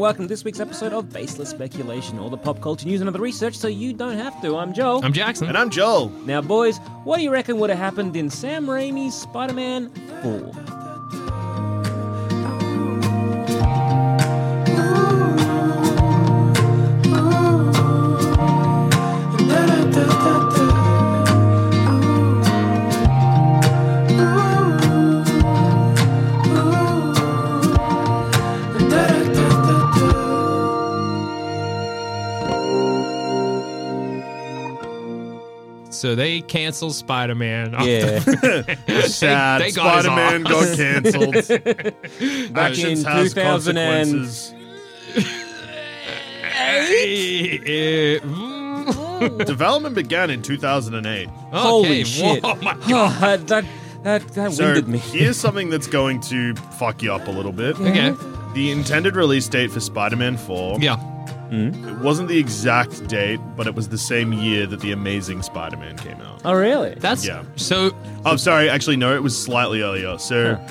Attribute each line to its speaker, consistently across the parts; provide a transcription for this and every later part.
Speaker 1: welcome to this week's episode of Baseless Speculation, all the pop culture news and other research, so you don't have to. I'm Joel.
Speaker 2: I'm Jackson.
Speaker 3: And I'm Joel.
Speaker 1: now, boys, what do you reckon would have happened in Sam Raimi's Spider-Man 4?
Speaker 2: so they cancel Spider Man.
Speaker 3: Sad.
Speaker 2: they got his
Speaker 3: Spider-Man
Speaker 2: ass.
Speaker 3: got cancelled.
Speaker 1: Back in
Speaker 3: Actions has
Speaker 1: 2000 and-
Speaker 3: consequences. Development began in 2008.
Speaker 2: mm,
Speaker 1: Holy shit.
Speaker 2: Oh my God.
Speaker 1: Oh, that, that, that, that
Speaker 3: So
Speaker 1: winded me.
Speaker 3: here's something that's going to fuck you up a little bit.
Speaker 2: Okay.
Speaker 3: The intended release date for Spider-Man 4
Speaker 2: Yeah.
Speaker 3: it wasn't the exact date, but it was the same year that The Amazing Spider-Man came out.
Speaker 1: Oh, really?
Speaker 2: That's
Speaker 3: Yeah.
Speaker 2: so.
Speaker 3: Oh, sorry. Actually, no, it was slightly earlier. So,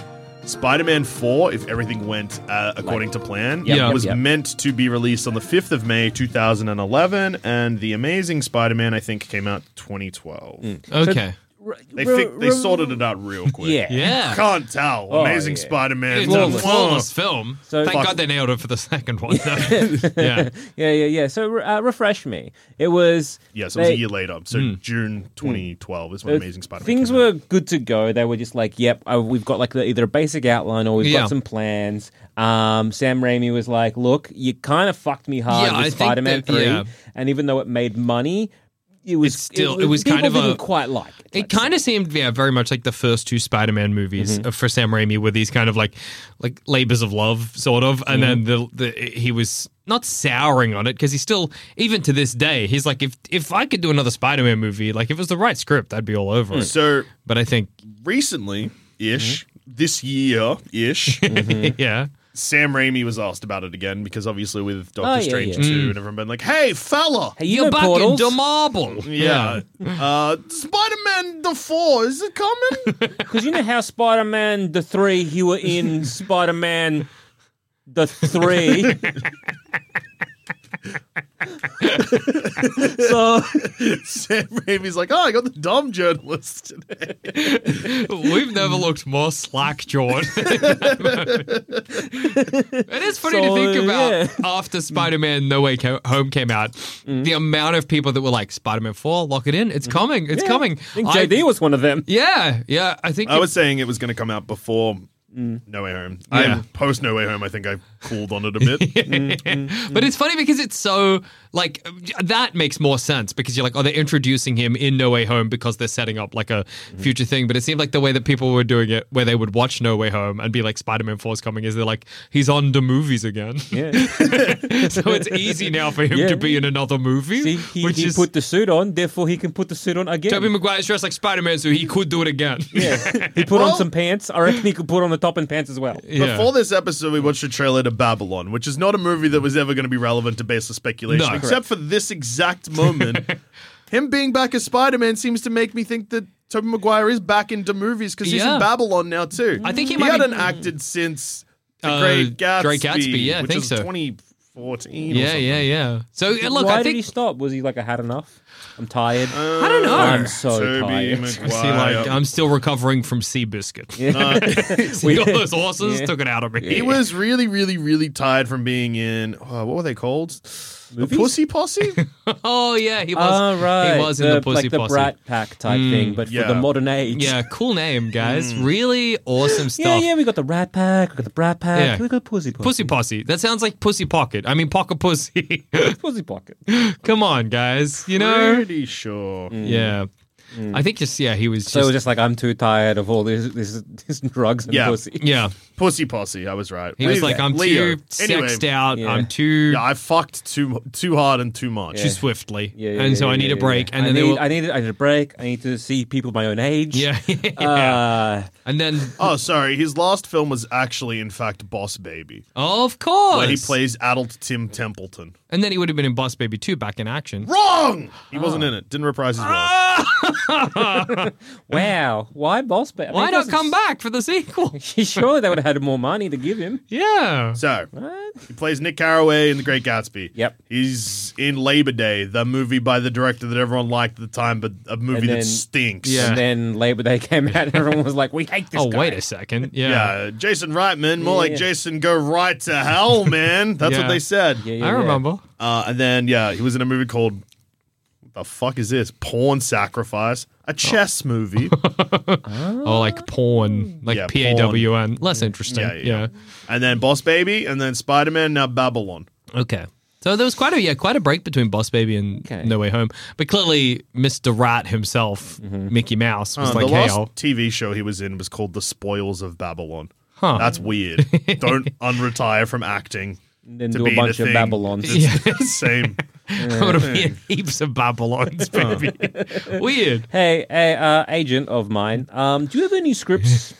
Speaker 3: Spider Man 4, if everything went uh, according to plan,
Speaker 2: Yep, Yeah.
Speaker 3: was
Speaker 1: yep, yep.
Speaker 3: meant to be released on the 5th of May, 2011. And The Amazing Spider Man, I think, came out 2012.
Speaker 2: Okay.
Speaker 1: R-
Speaker 3: They,
Speaker 1: r-
Speaker 3: fi- they
Speaker 1: r-
Speaker 3: sorted it out real quick.
Speaker 1: Yeah.
Speaker 2: Yeah.
Speaker 3: Can't tell.
Speaker 1: Oh,
Speaker 3: Amazing
Speaker 1: yeah.
Speaker 3: Spider Man.
Speaker 2: It's a flawless film.
Speaker 1: So-
Speaker 2: Thank
Speaker 1: Fuck.
Speaker 2: God they nailed it for the second one. though. yeah.
Speaker 1: Yeah, yeah, yeah. So uh, refresh me. It was
Speaker 3: Yes, it was
Speaker 1: they-
Speaker 3: a year later. So, June 2012 is when
Speaker 1: uh,
Speaker 3: Amazing Spider Man
Speaker 1: Things were good to go. They were just like, yep, uh, we've got like the, either a basic outline or we've
Speaker 2: Yeah.
Speaker 1: got some plans. Um, Sam Raimi was like, look, you kind of fucked me hard
Speaker 2: Yeah, I
Speaker 1: with
Speaker 2: think
Speaker 1: Spider-Man
Speaker 2: that-
Speaker 1: Three,
Speaker 2: yeah.
Speaker 1: and even though it made money, it was
Speaker 2: It's still- it was
Speaker 1: people
Speaker 2: kind of a-
Speaker 1: didn't quite like Mm-hmm. it.
Speaker 2: It kind of seemed, yeah, very much like the first two Spider-Man movies uh for Sam Raimi, were these kind of like, like labors of love, sort of. And then
Speaker 1: Mm-hmm.
Speaker 2: the, the he was not souring on it because he still, even to this day, he's like, if if I could do another Spider-Man movie, like if it was the right script, I'd be all over
Speaker 1: Mm.
Speaker 2: it.
Speaker 3: So,
Speaker 2: But I think,
Speaker 3: recently ish,
Speaker 1: Mm-hmm.
Speaker 3: this year ish,
Speaker 2: yeah,
Speaker 3: Sam Raimi was asked about it again because obviously with Doctor
Speaker 1: Oh, yeah,
Speaker 3: Strange
Speaker 1: yeah.
Speaker 3: 2 and everyone been like, hey, fella.
Speaker 1: Hey, you know portals?
Speaker 2: marble.
Speaker 3: Yeah. Uh, Spider Man the Four, is it coming?
Speaker 1: Because you know how Spider Man the three, he were in Spider Man the three. so
Speaker 3: Sam Raimi's like, oh, I got the dumb journalist today.
Speaker 2: We've never looked more slack jawed. it is funny
Speaker 1: So,
Speaker 2: to think about
Speaker 1: yeah. Mm.
Speaker 2: after Spider Man No Way Co- Home came out, the amount of people that were like, Spider Man 4, lock it in. It's coming. It's coming.
Speaker 1: I think JD was one of them.
Speaker 2: Yeah. Yeah. I think.
Speaker 3: I
Speaker 2: it-
Speaker 3: was saying it was going to come out before No Way Home.
Speaker 2: Yeah.
Speaker 3: I post No Way Home, I think I cooled on it a bit.
Speaker 2: But it's funny because it's so like that makes more sense because you're like, oh, they're introducing him in No Way Home because they're setting up like a
Speaker 1: Mm.
Speaker 2: future thing. But it seemed like the way that people were doing it, where they would watch No Way Home and be like, Spider Man 4 is coming, is they're like, he's on the movies again.
Speaker 1: Yeah.
Speaker 2: so it's easy now for him
Speaker 1: Yeah.
Speaker 2: to be in another movie,
Speaker 1: See, he,
Speaker 2: which
Speaker 1: he
Speaker 2: is
Speaker 1: put the suit on, therefore he can put the suit on again.
Speaker 2: Tobey Maguire's dressed like Spider Man, so he could do it again.
Speaker 1: yeah. He put on some pants. I reckon he could put on the top and pants as well.
Speaker 2: Yeah.
Speaker 3: Before this episode, we watched a trailer to Babylon, which is not a movie that was ever going to be relevant to baseless speculation,
Speaker 2: No.
Speaker 3: except for this exact moment. Him being back as Spider Man seems to make me think that Tobey Maguire is back into movies because he's
Speaker 2: Yeah.
Speaker 3: in Babylon now too.
Speaker 2: I think he
Speaker 3: he
Speaker 2: might be-
Speaker 3: hadn't acted since The
Speaker 2: Uh,
Speaker 3: Great Gatsby,
Speaker 2: Great Gatsby, yeah, I
Speaker 3: which
Speaker 2: think
Speaker 3: is
Speaker 2: so.
Speaker 3: 2014. or
Speaker 2: yeah,
Speaker 3: something.
Speaker 2: yeah, yeah. So uh, look,
Speaker 1: Why
Speaker 2: I
Speaker 1: did he
Speaker 2: think
Speaker 1: stop? Was he like, I had enough? I'm tired.
Speaker 2: I don't know.
Speaker 1: I'm so
Speaker 3: Tobey
Speaker 1: tired.
Speaker 2: I see, like,
Speaker 3: Maguire.
Speaker 2: I'm still recovering from Seabiscuit. Yeah.
Speaker 1: We-
Speaker 2: all those horses
Speaker 1: Yeah.
Speaker 2: took it out of me.
Speaker 3: he was really, really, really tired from being in uh, what were they called? The Pussy Posse.
Speaker 2: Oh yeah, he was.
Speaker 1: Oh, right.
Speaker 2: He was in the, Pussy
Speaker 1: Like the
Speaker 2: Posse. Mm,
Speaker 1: Brat Pack type thing, but
Speaker 3: yeah.
Speaker 1: for the modern age.
Speaker 2: Yeah, cool name, guys. Really awesome
Speaker 1: Yeah,
Speaker 2: stuff.
Speaker 1: yeah, we got the Rat Pack, we got the Brat Pack,
Speaker 2: Yeah.
Speaker 1: we got Pussy Pocket.
Speaker 2: Pussy Posse. That sounds like Pussy Pocket. I mean, Pocket Pussy.
Speaker 1: Pussy Pocket.
Speaker 2: Come on, guys. You know.
Speaker 3: Pretty sure.
Speaker 1: Mm.
Speaker 2: Yeah. I think just yeah, he was just,
Speaker 1: Hmm. So it was just like, I'm too tired of all this, this, this drugs and
Speaker 3: Yeah.
Speaker 1: pussy.
Speaker 2: yeah.
Speaker 3: Pussy Posse. I was right.
Speaker 2: He was like, I'm
Speaker 3: Leo.
Speaker 2: too
Speaker 3: Anyway,
Speaker 2: sexed out.
Speaker 1: Yeah.
Speaker 2: I'm too
Speaker 3: Yeah, I fucked too too hard and too much.
Speaker 2: too swiftly,
Speaker 1: Yeah, yeah,
Speaker 2: and
Speaker 1: yeah,
Speaker 2: so I
Speaker 1: yeah,
Speaker 2: need a
Speaker 1: yeah,
Speaker 2: break.
Speaker 1: yeah. I
Speaker 2: And then
Speaker 1: need,
Speaker 2: they were,
Speaker 1: I need I need a break. I need to see people my own age.
Speaker 2: yeah,
Speaker 1: Uh,
Speaker 2: and then
Speaker 3: Oh, sorry. His last film was actually, in fact, Boss Baby,
Speaker 2: of course,
Speaker 3: where he plays adult Tim Templeton.
Speaker 2: and then he would have been in Boss Baby Two back in action.
Speaker 1: Ah.
Speaker 2: Ah.
Speaker 3: Wrong. He wasn't in it. Didn't reprise his role.
Speaker 1: Wow. Why Boss Baby? I mean,
Speaker 2: Why
Speaker 1: it
Speaker 2: not
Speaker 1: doesn't
Speaker 2: come
Speaker 1: s-
Speaker 2: back for the sequel?
Speaker 1: sure, they would have had more money to give him.
Speaker 2: Yeah.
Speaker 3: So
Speaker 1: What?
Speaker 3: he plays Nick Carraway in The Great Gatsby.
Speaker 1: Yep.
Speaker 3: He's in Labor Day, the movie by the director that everyone liked at the time, but a movie
Speaker 1: And then-
Speaker 3: that stinks.
Speaker 2: Yeah.
Speaker 1: And then Labor Day came out, and everyone was like, "We hate this
Speaker 2: Oh,
Speaker 1: guy."
Speaker 2: wait a second. Yeah.
Speaker 3: Yeah, Jason Reitman, more like
Speaker 1: Yeah.
Speaker 3: Jason go right to hell, man. That's
Speaker 2: Yeah.
Speaker 3: what they said.
Speaker 1: Yeah, yeah,
Speaker 2: I
Speaker 1: yeah.
Speaker 2: remember.
Speaker 3: Uh, and then yeah, he was in a movie called what the fuck is this? Porn Sacrifice, a chess movie.
Speaker 2: Oh, like porn,
Speaker 1: Mm.
Speaker 2: like
Speaker 3: Yeah,
Speaker 2: P A W N. Less interesting.
Speaker 3: Yeah,
Speaker 2: Yeah,
Speaker 3: yeah. and then Boss Baby, and then Spider Man, now Babylon.
Speaker 2: Okay. So there was quite a yeah, quite a break between Boss Baby and
Speaker 1: Okay.
Speaker 2: No Way Home. But clearly, Mr. Rat himself,
Speaker 1: Mm-hmm.
Speaker 2: Mickey Mouse, was
Speaker 3: Uh,
Speaker 2: like,
Speaker 3: the
Speaker 2: "Hey,
Speaker 3: last
Speaker 2: I'll-
Speaker 3: TV show he was in was called The Spoils of Babylon.
Speaker 2: Huh.
Speaker 3: That's weird. Don't unretire from acting.
Speaker 1: And then
Speaker 3: to
Speaker 1: do
Speaker 3: be
Speaker 1: a
Speaker 3: the
Speaker 1: bunch of
Speaker 3: thing.
Speaker 1: Babylon.
Speaker 3: It's the same.
Speaker 2: I'm gonna be in heaps of Babylon's
Speaker 1: Oh.
Speaker 2: baby." Weird.
Speaker 1: Hey, a uh, agent of mine. Um, do you have any scripts,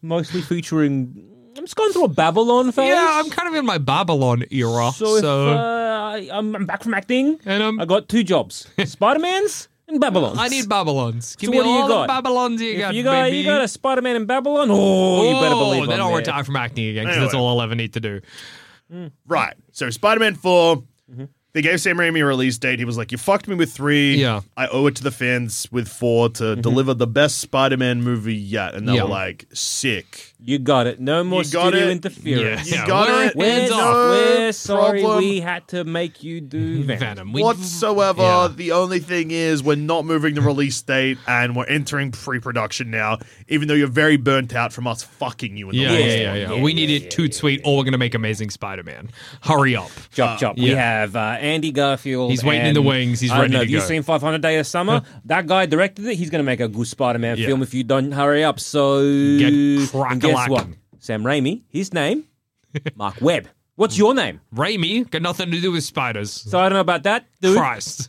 Speaker 1: mostly featuring? I'm just going through a Babylon phase.
Speaker 2: Yeah, I'm kind of in my Babylon era.
Speaker 1: so,
Speaker 2: So,
Speaker 1: if, uh, I- I'm, I'm back from acting,
Speaker 2: And, um,
Speaker 1: I got two jobs: Spider Man's and Babylon's.
Speaker 2: I need Babylons. Give
Speaker 1: So
Speaker 2: me
Speaker 1: what do you
Speaker 2: all the
Speaker 1: got?
Speaker 2: Babylons you
Speaker 1: If
Speaker 2: got,
Speaker 1: you got
Speaker 2: baby.
Speaker 1: you got a Spider Man in Babylon. Oh, you better
Speaker 2: Oh,
Speaker 1: believe
Speaker 2: Then
Speaker 1: I'm
Speaker 2: I'll
Speaker 1: there.
Speaker 2: retire from acting again because that's
Speaker 3: Anyway.
Speaker 2: all I'll ever need to do.
Speaker 3: Right. So Spider Man 4,
Speaker 2: Mm-hmm.
Speaker 3: they gave Sam Raimi a release date. He was like, You fucked me with three.
Speaker 2: Yeah. Mm-hmm.
Speaker 3: I owe it to the fans with four to deliver the best Spider Man movie yet. And they
Speaker 2: Yeah.
Speaker 3: were like, Sick.
Speaker 1: You got it. No more
Speaker 3: You got
Speaker 1: studio
Speaker 3: it.
Speaker 1: interference.
Speaker 3: You
Speaker 2: Yeah,
Speaker 3: got
Speaker 2: we're-
Speaker 3: it.
Speaker 1: We're,
Speaker 2: Hands
Speaker 1: no-
Speaker 2: off.
Speaker 1: we're sorry
Speaker 3: problem
Speaker 1: we had to make you do Venom.
Speaker 2: Venom. We-
Speaker 3: Whatsoever.
Speaker 2: Yeah.
Speaker 3: The only thing is, we're not moving the release date and we're entering pre production now, even though you're very burnt out from us fucking you in the
Speaker 2: Yeah,
Speaker 3: last
Speaker 2: yeah,
Speaker 1: Yeah,
Speaker 2: yeah,
Speaker 1: yeah,
Speaker 2: yeah.
Speaker 1: yeah,
Speaker 2: We need it toot sweet, or we're going to make Amazing Spider Man. Hurry up.
Speaker 1: Chop, chop. We
Speaker 2: yeah.
Speaker 1: have uh, Andy Garfield.
Speaker 2: He's waiting in
Speaker 1: and-
Speaker 2: the wings. He's
Speaker 1: I don't
Speaker 2: ready
Speaker 1: know,
Speaker 2: to
Speaker 1: have you
Speaker 2: go.
Speaker 1: seen 500 Day of Summer? that guy directed it. He's going to make a good Spider-Man
Speaker 2: Yeah.
Speaker 1: film if you don't hurry up. So
Speaker 2: Get
Speaker 1: and guess
Speaker 2: crack-a-lackin'.
Speaker 1: what? Sam Raimi. His name, Mark Webb. What's your name?
Speaker 2: Raimi, got nothing to do with spiders.
Speaker 1: So I don't know about that, dude.
Speaker 2: Christ.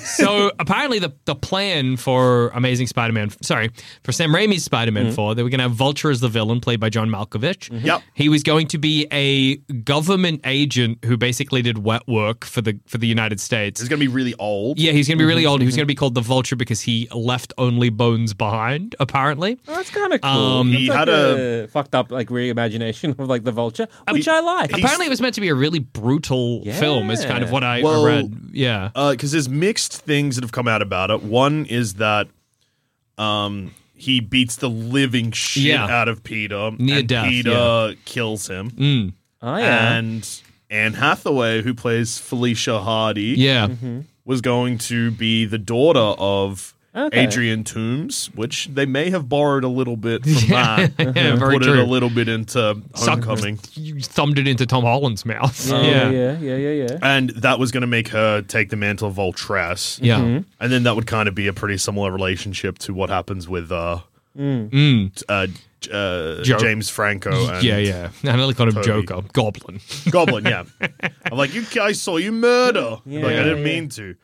Speaker 2: so apparently the, the plan for Amazing Spider-Man, sorry, for Sam Raimi's Spider-Man 4, they were going to have Vulture as the villain played by John Malkovich.
Speaker 3: Mm-hmm. Yep.
Speaker 2: He was going to be a government agent who basically did wet work for the for the United States.
Speaker 3: It's going to be really old.
Speaker 2: yeah, he's going to be
Speaker 3: Mm-hmm.
Speaker 2: really old. He was going to be called the Vulture because he left only bones behind, apparently.
Speaker 1: Oh, that's kind of cool.
Speaker 2: Um,
Speaker 1: That's
Speaker 3: He
Speaker 1: like
Speaker 3: had a-
Speaker 1: fucked up like reimagination of like the Vulture, which I like.
Speaker 2: Apparently, it was meant to be a really brutal film. Is kind of what I, I
Speaker 3: Well, uh,
Speaker 2: read. Yeah,
Speaker 3: because there's mixed things that have come out about it. One is that um, he beats the living shit
Speaker 2: Yeah.
Speaker 3: out of Peter,
Speaker 2: Near
Speaker 3: and
Speaker 2: death,
Speaker 3: Peter
Speaker 2: yeah. Mm.
Speaker 3: kills him,
Speaker 1: I am.
Speaker 3: and Anne Hathaway, who plays Felicia Hardy,
Speaker 2: yeah.
Speaker 3: was going to be the daughter of.
Speaker 1: Okay.
Speaker 3: Adrian Toombs, which they may have borrowed a little bit from that, and
Speaker 2: Yeah, very
Speaker 3: put
Speaker 2: true.
Speaker 3: it a little bit into Homecoming,
Speaker 2: You thumbed it into Tom Holland's mouth.
Speaker 1: Oh, yeah, yeah, yeah, yeah, yeah.
Speaker 3: and that was going to make her take the mantle of Voltress.
Speaker 2: Yeah.
Speaker 3: And then that would kind of be a pretty similar relationship to what happens with uh, t- uh, j- uh,
Speaker 2: Mm. Joe.
Speaker 3: James Franco and
Speaker 2: yeah, yeah. I nearly called him
Speaker 3: Toby.
Speaker 2: Joker, Goblin.
Speaker 3: Goblin. Yeah, I'm like, you, I saw you murder. like I
Speaker 1: Yeah.
Speaker 3: didn't mean to,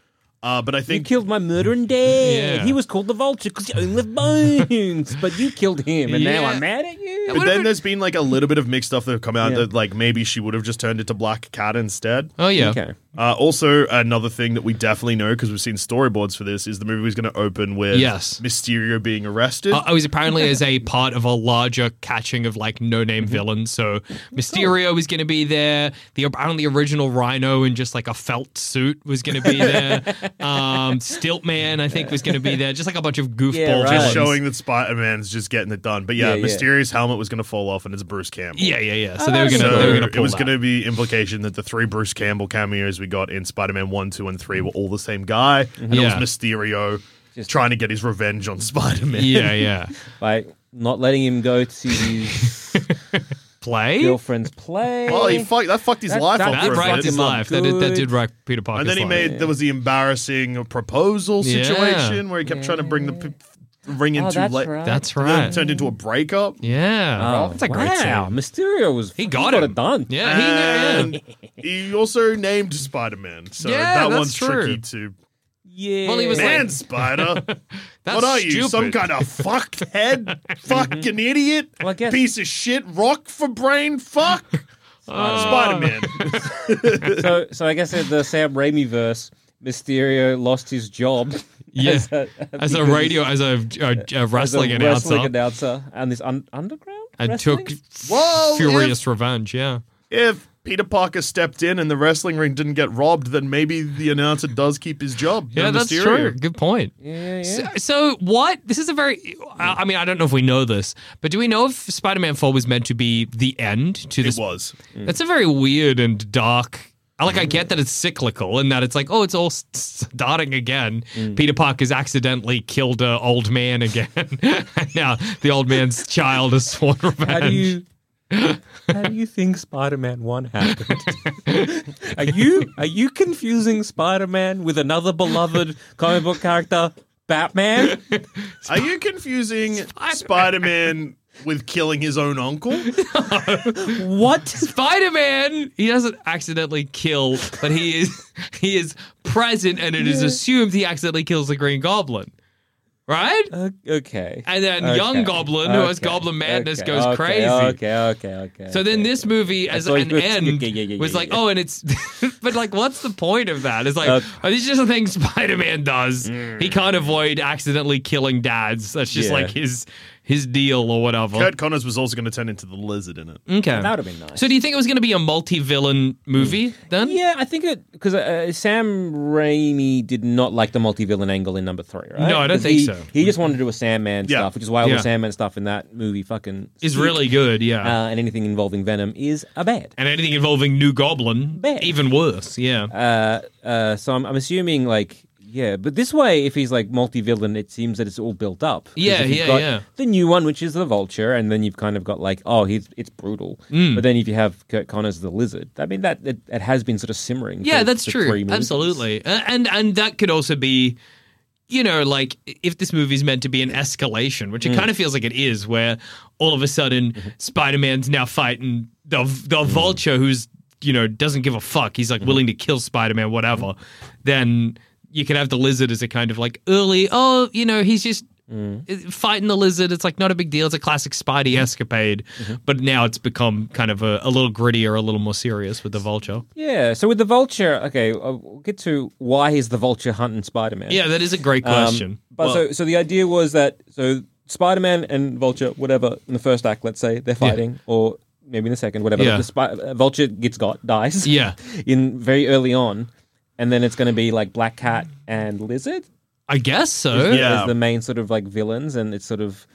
Speaker 3: uh, but I
Speaker 1: You
Speaker 3: think
Speaker 1: killed my murdering dad.
Speaker 2: Yeah.
Speaker 1: He was called the Vulture because he only lived bones, but you killed him, and now
Speaker 2: Yeah.
Speaker 1: I'm mad at you.
Speaker 3: But then there's been like a little bit of mixed stuff that have come out
Speaker 1: Yeah.
Speaker 3: that like maybe she would have just turned into Black Cat instead.
Speaker 2: Oh yeah.
Speaker 1: Okay.
Speaker 3: Uh, also, another thing that we definitely know because we've seen storyboards for this is the movie was going to open with
Speaker 2: Yes.
Speaker 3: Mysterio being arrested.
Speaker 2: Uh, I was apparently as a part of a larger catching of like no-name
Speaker 1: Mm-hmm.
Speaker 2: villains. So
Speaker 1: Oh.
Speaker 2: Mysterio was going to be there. The apparently original Rhino in just like a felt suit was going to be there. um, Stiltman, I think, was going to be there. Just like a bunch of goofball
Speaker 1: Yeah, right.
Speaker 2: villains.
Speaker 3: just showing that Spider Man's just getting it done. But
Speaker 1: Yeah,
Speaker 3: yeah,
Speaker 1: yeah.
Speaker 3: Mysterio's helmet was going to fall off, and it's Bruce Campbell.
Speaker 2: Yeah, yeah, yeah.
Speaker 1: Oh,
Speaker 2: So they were going to.
Speaker 3: So
Speaker 2: they were going to
Speaker 3: it was going to be implication that the three Bruce Campbell cameos we got in Spider Man One, Two, and Three were all the same guy, and
Speaker 2: Yeah.
Speaker 3: it was Mysterio
Speaker 1: Just-
Speaker 3: trying to get his revenge on Spider Man.
Speaker 2: Yeah, yeah.
Speaker 1: By not letting him go to see his
Speaker 2: Play.
Speaker 1: girlfriend's play.
Speaker 3: Well, he fuck that fucked his
Speaker 1: That-
Speaker 3: life
Speaker 1: that-
Speaker 3: off
Speaker 2: That
Speaker 3: for a
Speaker 2: rocked
Speaker 3: bit.
Speaker 2: his
Speaker 1: not
Speaker 2: life. That did, that
Speaker 1: good.
Speaker 2: did rock Peter Parker's
Speaker 3: And then he
Speaker 2: life.
Speaker 3: made there was the embarrassing proposal
Speaker 2: Yeah.
Speaker 3: situation where he kept trying to bring the p- ring in
Speaker 1: oh,
Speaker 3: too
Speaker 1: that's
Speaker 3: late.
Speaker 1: right.
Speaker 2: That's
Speaker 3: And then it
Speaker 2: right.
Speaker 3: turned into a breakup.
Speaker 2: Yeah.
Speaker 1: Oh,
Speaker 2: That's a great
Speaker 1: wow.
Speaker 2: scene.
Speaker 1: Mysterio was
Speaker 2: He
Speaker 1: he
Speaker 2: got
Speaker 1: got
Speaker 2: him.
Speaker 1: it done.
Speaker 2: Yeah, Uh, he
Speaker 3: And
Speaker 2: yeah.
Speaker 3: he also named Spider Man, so
Speaker 2: Yeah,
Speaker 3: that
Speaker 2: that's
Speaker 3: one's
Speaker 2: true.
Speaker 3: tricky to
Speaker 1: yeah.
Speaker 2: Well, he was like-
Speaker 3: Man, Spider.
Speaker 2: That's
Speaker 3: what are you?
Speaker 2: stupid. Mm-hmm.
Speaker 3: Some kind of fucked head? fucking idiot?
Speaker 1: Well, I guess-
Speaker 3: Piece of shit? Rock for brain? Fuck?
Speaker 2: Uh.
Speaker 3: Spider Man.
Speaker 1: so, so I guess in the Sam Raimi verse, Mysterio lost his job
Speaker 2: Yeah,
Speaker 1: As
Speaker 2: as
Speaker 1: a-
Speaker 2: a, radio, as a, a, a wrestling announcer,
Speaker 1: wrestling announcer and this un- underground.
Speaker 2: and
Speaker 1: wrestling?
Speaker 2: took
Speaker 3: Well, if-
Speaker 2: furious revenge. Yeah,
Speaker 3: If Peter Parker stepped in and the wrestling ring didn't get robbed, then maybe the announcer does keep his job.
Speaker 2: yeah,
Speaker 3: No
Speaker 2: that's
Speaker 3: Mysterio.
Speaker 2: true. Good point.
Speaker 1: Yeah, yeah.
Speaker 2: So, so what? This is a very. I I mean, I don't know if we know this, but do we know if Spider-Man Four was meant to be the end to
Speaker 3: It
Speaker 2: this?
Speaker 3: was.
Speaker 2: That's a very weird and dark. I Like I get that it's cyclical and that it's like, oh, it's all s- starting again. Peter Parker's accidentally killed an old man again. and now the old man's child is sworn revenge.
Speaker 1: How do you how do you think Spider-Man One happened? are you are you confusing Spider-Man with another beloved comic book character, Batman?
Speaker 3: Are you confusing Spider Man with killing his own uncle?
Speaker 1: What?
Speaker 2: Spider Man. He doesn't accidentally kill, but he is he is present, and it is assumed he accidentally kills the Green Goblin, right?
Speaker 1: O- okay.
Speaker 2: And then
Speaker 1: Okay.
Speaker 2: young Goblin, who has
Speaker 1: Okay.
Speaker 2: Goblin madness,
Speaker 1: Okay.
Speaker 2: goes
Speaker 1: Okay.
Speaker 2: crazy.
Speaker 1: Okay, okay, okay.
Speaker 2: So then this movie, as
Speaker 1: saw
Speaker 2: an
Speaker 1: you-
Speaker 2: end,
Speaker 1: yeah, yeah, yeah,
Speaker 2: was
Speaker 1: yeah,
Speaker 2: like,
Speaker 1: yeah.
Speaker 2: oh, and it's, but like, what's the point of that? It's like,
Speaker 1: Uh, Mm.
Speaker 2: oh, this is just a thing Spider Man does. He can't avoid accidentally killing dads. That's just
Speaker 1: Yeah.
Speaker 2: like his his deal or whatever.
Speaker 3: Kurt Connors was also going to turn into the lizard in it.
Speaker 2: Okay.
Speaker 1: that would have been nice.
Speaker 2: So do you think it was going to be a multi villain movie then?
Speaker 1: Mm. yeah, I think it because uh, Sam Raimi did not like the multi-villain angle in number three, right?
Speaker 2: No, I don't
Speaker 1: 'Cause
Speaker 2: think
Speaker 1: he-
Speaker 2: so.
Speaker 1: He just wanted to do a Sandman
Speaker 3: Yeah.
Speaker 1: stuff, which is why all
Speaker 2: Yeah.
Speaker 1: the Sandman stuff in that movie fucking
Speaker 2: Is
Speaker 1: sucked.
Speaker 2: really good,
Speaker 1: uh,
Speaker 2: yeah.
Speaker 1: and anything involving Venom is a bad.
Speaker 2: and anything involving New Goblin,
Speaker 1: Bad.
Speaker 2: even worse, yeah.
Speaker 1: Uh, uh, so I'm, I'm assuming like yeah, but this way, if he's like multi-villain, it seems that it's all built up. 'Cause
Speaker 2: Yeah,
Speaker 1: if you've
Speaker 2: yeah,
Speaker 1: got
Speaker 2: yeah.
Speaker 1: The new one, which is the Vulture, and then you've kind of got like oh, he's it's brutal.
Speaker 2: Mm.
Speaker 1: But then if you have Kurt Connors as the Lizard, I mean that it, it has been sort of simmering.
Speaker 2: yeah,
Speaker 1: for-
Speaker 2: that's
Speaker 1: for
Speaker 2: true.
Speaker 1: three movies.
Speaker 2: Absolutely. Uh, And and that could also be you know, like if this movie's meant to be an escalation, which it
Speaker 1: Mm.
Speaker 2: kind of feels like it is, where all of a sudden
Speaker 1: Mm-hmm.
Speaker 2: Spider-Man's now fighting the
Speaker 1: Mm.
Speaker 2: the Vulture who's, you know, doesn't give a fuck. He's
Speaker 1: Mm-hmm.
Speaker 2: like willing to kill Spider-Man whatever. Then you could have the lizard as a kind of like early, oh, you know, he's just
Speaker 1: Mm.
Speaker 2: Fighting the lizard, it's like not a big deal. It's a classic Spidey
Speaker 1: Mm-hmm.
Speaker 2: escapade, but now it's become kind of a, a little grittier, a little more serious with the vulture.
Speaker 1: Yeah. So with the Vulture, okay, uh, we'll get to why is the Vulture hunting Spider-Man?
Speaker 2: Yeah, that is a great
Speaker 1: Um,
Speaker 2: question.
Speaker 1: but so, so the idea was that so Spider Man and Vulture, whatever in the first act, let's say they're fighting, or maybe in the second, whatever.
Speaker 2: Yeah.
Speaker 1: The Spi- uh, Vulture gets got dies.
Speaker 2: Yeah.
Speaker 1: in very early on, and then it's going to be like Black Cat and Lizard
Speaker 2: I guess so.
Speaker 3: Yeah.
Speaker 1: as the main sort of like villains, and it's sort of.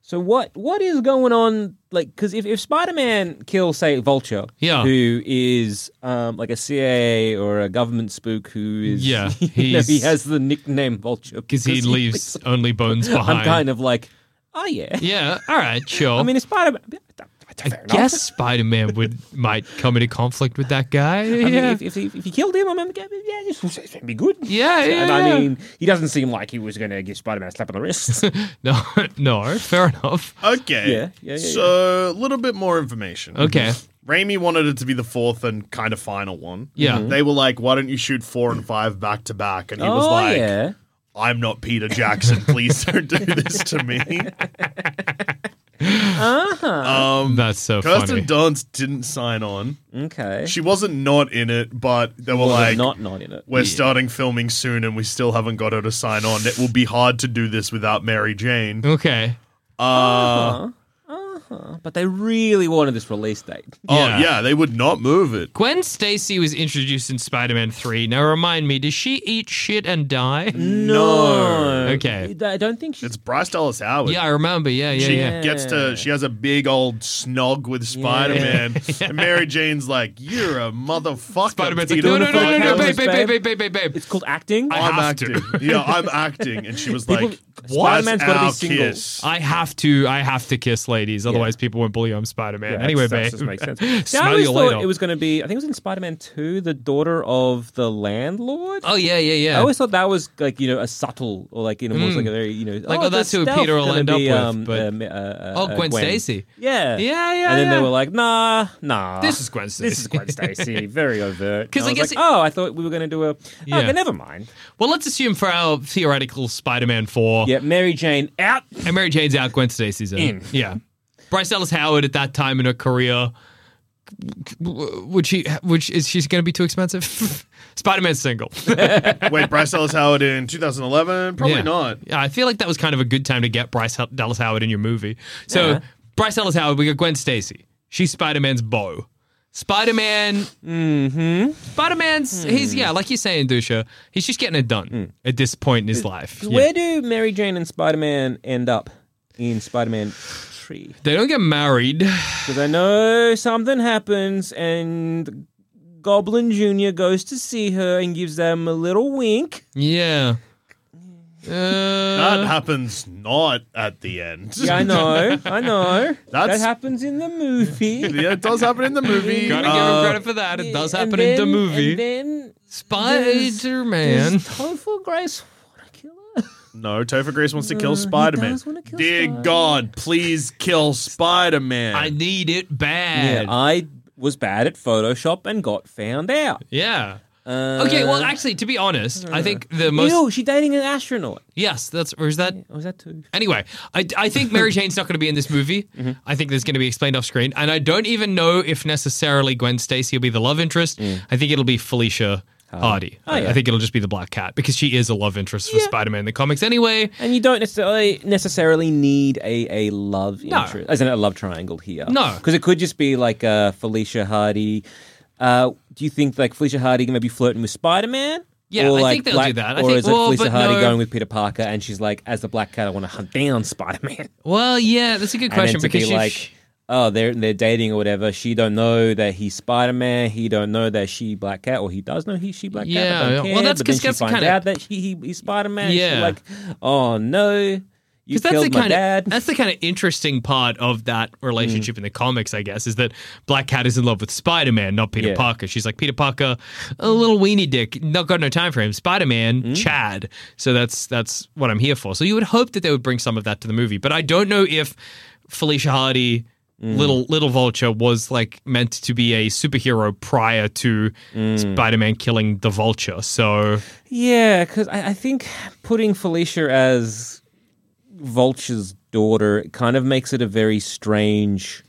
Speaker 1: So what what is going on? Like, because if, if Spider Man kills say Vulture,
Speaker 2: Yeah.
Speaker 1: who is um, like a CIA or a government spook, who is
Speaker 2: Yeah,
Speaker 1: you know, he
Speaker 2: he's-
Speaker 1: has the nickname Vulture
Speaker 2: Because he leaves only bones behind.
Speaker 1: I'm kind of like, oh yeah.
Speaker 2: yeah, all right, sure.
Speaker 1: I mean, it's Spider Man.
Speaker 2: I guess Spider Man would might come into conflict with that guy. Yeah.
Speaker 1: I mean, if, if, he, if he killed him, I mean, yeah, it's it's gonna be good.
Speaker 2: yeah, yeah.
Speaker 1: And I
Speaker 2: yeah.
Speaker 1: mean, he doesn't seem like he was going to give Spider Man a slap on the wrist.
Speaker 2: no, no, fair enough.
Speaker 3: Okay.
Speaker 1: Yeah, yeah, yeah,
Speaker 3: So, a little bit more information.
Speaker 2: Okay.
Speaker 3: Raimi wanted it to be the fourth and kind of final one.
Speaker 2: Yeah.
Speaker 3: They were like, why don't you shoot four and five back to back? And he was
Speaker 1: Mm-hmm. oh
Speaker 3: like,
Speaker 1: yeah.
Speaker 3: I'm not Peter Jackson. Please don't do this to me.
Speaker 1: Uh-huh.
Speaker 2: uh,
Speaker 3: Um,
Speaker 2: That's so funny.
Speaker 3: Kirsten Dunst didn't sign on.
Speaker 1: Okay.
Speaker 3: She wasn't not in it, but they were
Speaker 1: Well, they're
Speaker 3: like,
Speaker 1: Mm. not not in it.
Speaker 3: we're starting filming soon and we still haven't got her to sign on. It will be hard to do this without Mary Jane.
Speaker 2: okay.
Speaker 1: Oh.
Speaker 3: Uh,
Speaker 1: But they really wanted this release date.
Speaker 3: Oh,
Speaker 2: Yeah.
Speaker 3: yeah. they would not move it.
Speaker 2: Gwen Stacy was introduced in Spider Man 3. Now, remind me, does she eat shit and die?
Speaker 1: No.
Speaker 2: Okay.
Speaker 1: I don't think she's.
Speaker 3: It's Bryce Dallas Howard.
Speaker 2: Yeah, I remember. Yeah, yeah,
Speaker 3: She
Speaker 2: yeah.
Speaker 3: gets to, she has a big old snog with Spider Man. And Mary Jane's like, You're a motherfucker.
Speaker 2: Spider Man's like, no,
Speaker 3: Peter
Speaker 2: no, no, no,
Speaker 1: Parker.
Speaker 2: no, babe, babe, babe, babe, babe, babe, babe.
Speaker 1: It's called acting.
Speaker 2: I-
Speaker 3: I'm
Speaker 2: have
Speaker 3: acting. yeah, I'm acting. And she was
Speaker 1: People-
Speaker 3: like, What?
Speaker 1: Spider-Man's
Speaker 3: That's
Speaker 1: gotta be
Speaker 3: our
Speaker 1: single.
Speaker 3: kiss.
Speaker 2: I have to. I have to kiss ladies, otherwise people won't believe I'm Spider Man.
Speaker 1: Yeah,
Speaker 2: anyway,
Speaker 1: that's-
Speaker 2: babe.
Speaker 1: that just makes sense. See, I
Speaker 2: Smell
Speaker 1: always
Speaker 2: you
Speaker 1: thought
Speaker 2: later.
Speaker 1: it was going to be. I think it was in Spider Man Two, the daughter of the landlord.
Speaker 2: oh yeah, yeah, yeah.
Speaker 1: I always thought that was like you know a subtle or like you know more like a very you know
Speaker 2: Like, oh,
Speaker 1: the
Speaker 2: that's who
Speaker 1: stealth
Speaker 2: Peter will
Speaker 1: gonna
Speaker 2: end up
Speaker 1: be,
Speaker 2: with,
Speaker 1: um,
Speaker 2: but-
Speaker 1: um, uh, uh,
Speaker 2: oh,
Speaker 1: uh,
Speaker 2: Gwen Stacy.
Speaker 1: Yeah,
Speaker 2: Yeah, yeah,
Speaker 1: And then
Speaker 2: yeah.
Speaker 1: they were like, nah, nah.
Speaker 2: This is Gwen
Speaker 1: This is
Speaker 2: Stacy.
Speaker 1: Gwen Stacy. very overt.
Speaker 2: 'Cause
Speaker 1: And
Speaker 2: I
Speaker 1: was
Speaker 2: guess
Speaker 1: like, oh, I thought we were going to do a.
Speaker 2: Yeah.
Speaker 1: Okay, never mind.
Speaker 2: Well, let's assume for our theoretical Spider Man four,
Speaker 1: Yeah, Mary Jane out.
Speaker 2: and Mary Jane's out, Gwen Stacy's in.
Speaker 1: In.
Speaker 2: Yeah, Bryce Dallas Howard at that time in her career would she? Would she, is she going to be too expensive? Spider Man's single.
Speaker 3: Wait, Bryce Dallas Howard in 2011? Probably
Speaker 2: Yeah.
Speaker 3: not.
Speaker 2: Yeah, I feel like that was kind of a good time to get Bryce Hel- Dallas Howard in your movie. So Bryce Dallas Howard, we got Gwen Stacy. She's Spider Man's beau. Spider Man. Mm-hmm. Spider Man's.
Speaker 1: Hmm.
Speaker 2: He's yeah, like you're saying, Dusha. He's just getting it done at this point in his life. Yeah.
Speaker 1: Where do Mary Jane and Spider Man end up in Spider Man 3?
Speaker 2: They don't get married.
Speaker 1: Because I know something happens and Goblin Jr. goes to see her and gives them a little wink.
Speaker 2: Yeah. Uh,
Speaker 3: That happens not at the end.
Speaker 1: Yeah, I know. I know.
Speaker 3: That's-
Speaker 1: That happens in the movie.
Speaker 3: Yeah, it does happen in the movie.
Speaker 2: gotta give him
Speaker 3: Uh,
Speaker 2: credit for that. It does
Speaker 1: And
Speaker 2: happen in
Speaker 1: then-
Speaker 2: the movie.
Speaker 1: And then
Speaker 2: Spider Man.
Speaker 1: does Topher Grace want to kill her?
Speaker 3: No, Topher Grace wants to
Speaker 1: Uh,
Speaker 3: kill
Speaker 1: he
Speaker 3: Spider Man.
Speaker 1: does wanna kill
Speaker 3: Dear
Speaker 1: Spider-Man.
Speaker 3: God, please kill Spider Man.
Speaker 2: I need it
Speaker 1: Yeah,
Speaker 2: bad. Yeah.
Speaker 1: I was bad at Photoshop and got found out. Uh,
Speaker 2: Okay, well, actually, to be honest, I think the most.
Speaker 1: Ew, she dating an astronaut.
Speaker 2: Yes, that's. Or is that.
Speaker 1: Oh, is that too?
Speaker 2: Anyway, I, I think Mary Jane's not going to be in this movie.
Speaker 1: Mm-hmm.
Speaker 2: I think there's going to be explained off screen. And I don't even know if necessarily Gwen Stacy will be the love interest. I think it'll be Felicia Hardy. I-
Speaker 1: Mm. Oh. yeah.
Speaker 2: I think it'll just be the Black Cat because she is a love interest for Spider Man in the comics anyway.
Speaker 1: And you don't necessarily necessarily need a, a love
Speaker 2: No.
Speaker 1: interest, as in a love triangle here.
Speaker 2: No.
Speaker 1: because it could just be like uh, Felicia Hardy. Uh, do you think like Felicia Hardy maybe flirting with Spider Man?
Speaker 2: Yeah, I think they'll do that. I
Speaker 1: or
Speaker 2: think-
Speaker 1: is it
Speaker 2: well,
Speaker 1: Felicia
Speaker 2: but
Speaker 1: Hardy
Speaker 2: no.
Speaker 1: going with Peter Parker, and she's like, as the Black Cat, I want to hunt down Spider Man,
Speaker 2: Well, yeah, that's a good
Speaker 1: and then
Speaker 2: question
Speaker 1: to
Speaker 2: because
Speaker 1: be
Speaker 2: she-
Speaker 1: like, oh, they're they're dating or whatever. She don't know that he's Spider Man. He don't know that she Black Cat, or he does know he's she Black
Speaker 2: Yeah,
Speaker 1: Cat. but don't
Speaker 2: yeah.
Speaker 1: care.
Speaker 2: Well, that's
Speaker 1: But then
Speaker 2: 'cause
Speaker 1: she
Speaker 2: that's the
Speaker 1: finds
Speaker 2: kinda-
Speaker 1: out that he, he he's Spider Man.
Speaker 2: Yeah.
Speaker 1: like, oh no. You
Speaker 2: Because that's
Speaker 1: killed
Speaker 2: the
Speaker 1: my
Speaker 2: kind
Speaker 1: dad. Mm.
Speaker 2: of that's the kind of interesting part of that relationship in the comics, I guess, is that Black Cat is in love with Spider Man, not Peter
Speaker 1: Yeah.
Speaker 2: Parker. She's like Peter Parker, a little weenie dick, not got no time for him. Spider Man,
Speaker 1: Mm.
Speaker 2: Chad. So that's that's what I'm here for. So you would hope that they would bring some of that to the movie, but I don't know if Felicia Hardy.
Speaker 1: Mm.
Speaker 2: Little Little Vulture was like meant to be a superhero prior to
Speaker 1: Mm.
Speaker 2: Spider-Man killing the Vulture. So
Speaker 1: Yeah, because I, I think putting Felicia as Vulture's daughter kind of makes it a very strange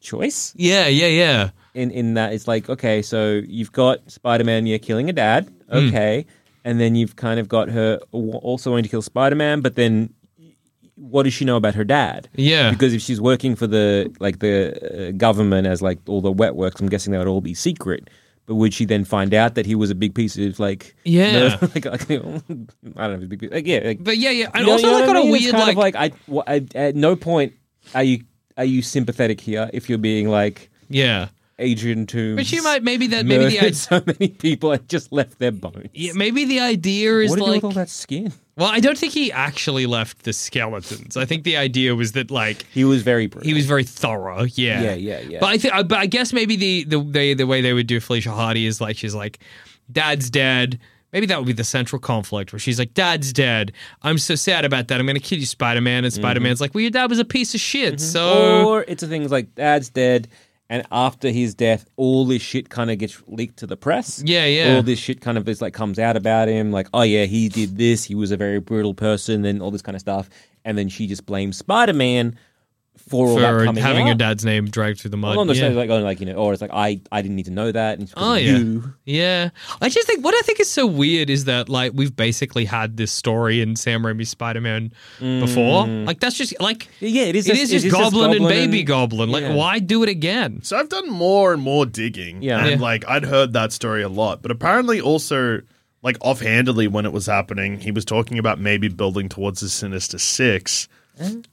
Speaker 1: choice.
Speaker 2: yeah, yeah, yeah.
Speaker 1: In in that it's like, okay, so you've got Spider Man, you're killing a dad,
Speaker 2: Hmm.
Speaker 1: okay, and then you've kind of got her w- also wanting to kill Spider Man, but then what does she know about her dad?
Speaker 2: Yeah.
Speaker 1: because if she's working for the like the uh, government as like all the wet works, I'm guessing that would all be secret. But would she then find out that he was a big piece of like
Speaker 2: Yeah.
Speaker 1: no, like, like, I don't know if it's big piece like yeah like,
Speaker 2: But yeah, yeah. And
Speaker 1: you know-
Speaker 2: also
Speaker 1: you know
Speaker 2: like
Speaker 1: what I
Speaker 2: on a
Speaker 1: mean? It's
Speaker 2: weird
Speaker 1: kind
Speaker 2: like,
Speaker 1: of like I, wha- I at no point are you are you sympathetic here if you're being like
Speaker 2: yeah.
Speaker 1: Adrian Toomes
Speaker 2: But she might maybe that maybe the
Speaker 1: murdered
Speaker 2: idea,
Speaker 1: so many people and just left their bones.
Speaker 2: yeah, maybe the idea is
Speaker 1: What did you do
Speaker 2: like
Speaker 1: with all that skin?
Speaker 2: well, I don't think he actually left the skeletons. I think the idea was that like
Speaker 1: He was very brutal.
Speaker 2: he was very thorough. Yeah,
Speaker 1: Yeah, yeah, yeah.
Speaker 2: But I think, but I guess maybe the the they, the way they would do Felicia Hardy is like she's like, Dad's dead. Maybe that would be the central conflict where she's like, Dad's dead. I'm so sad about that. I'm gonna kill you, Spider Man. And Spider
Speaker 1: Mm-hmm.
Speaker 2: Man's like, Well, your dad was a piece of shit. So
Speaker 1: or it's a things like dad's dead and after his death all this shit kind of gets leaked to the press
Speaker 2: Yeah, yeah.
Speaker 1: all this shit kind of is like comes out about him like oh yeah he did this he was a very brutal person and all this kind of stuff and then she just blames spider-man for, Oh, all that
Speaker 2: for
Speaker 1: coming
Speaker 2: having
Speaker 1: out.
Speaker 2: your dad's name dragged through the mud.
Speaker 1: well, not
Speaker 2: Yeah.
Speaker 1: necessarily like, oh, like you know, or it's like I, I didn't need to know that. And it's because
Speaker 2: Oh
Speaker 1: of
Speaker 2: yeah,
Speaker 1: you.
Speaker 2: yeah. I just think what I think is so weird is that like we've basically had this story in Sam Raimi's Spider Man before. Like that's just like
Speaker 1: yeah, Mm. it is.
Speaker 2: it
Speaker 1: just,
Speaker 2: is
Speaker 1: it
Speaker 2: just Goblin, and Baby
Speaker 1: and-
Speaker 2: Goblin. Like
Speaker 1: yeah.
Speaker 2: why do it again?
Speaker 3: So I've done more and more digging.
Speaker 1: Yeah.
Speaker 3: And
Speaker 2: Yeah.
Speaker 3: like I'd heard that story a lot. But apparently also like offhandedly when it was happening, he was talking about maybe building towards the Sinister Six.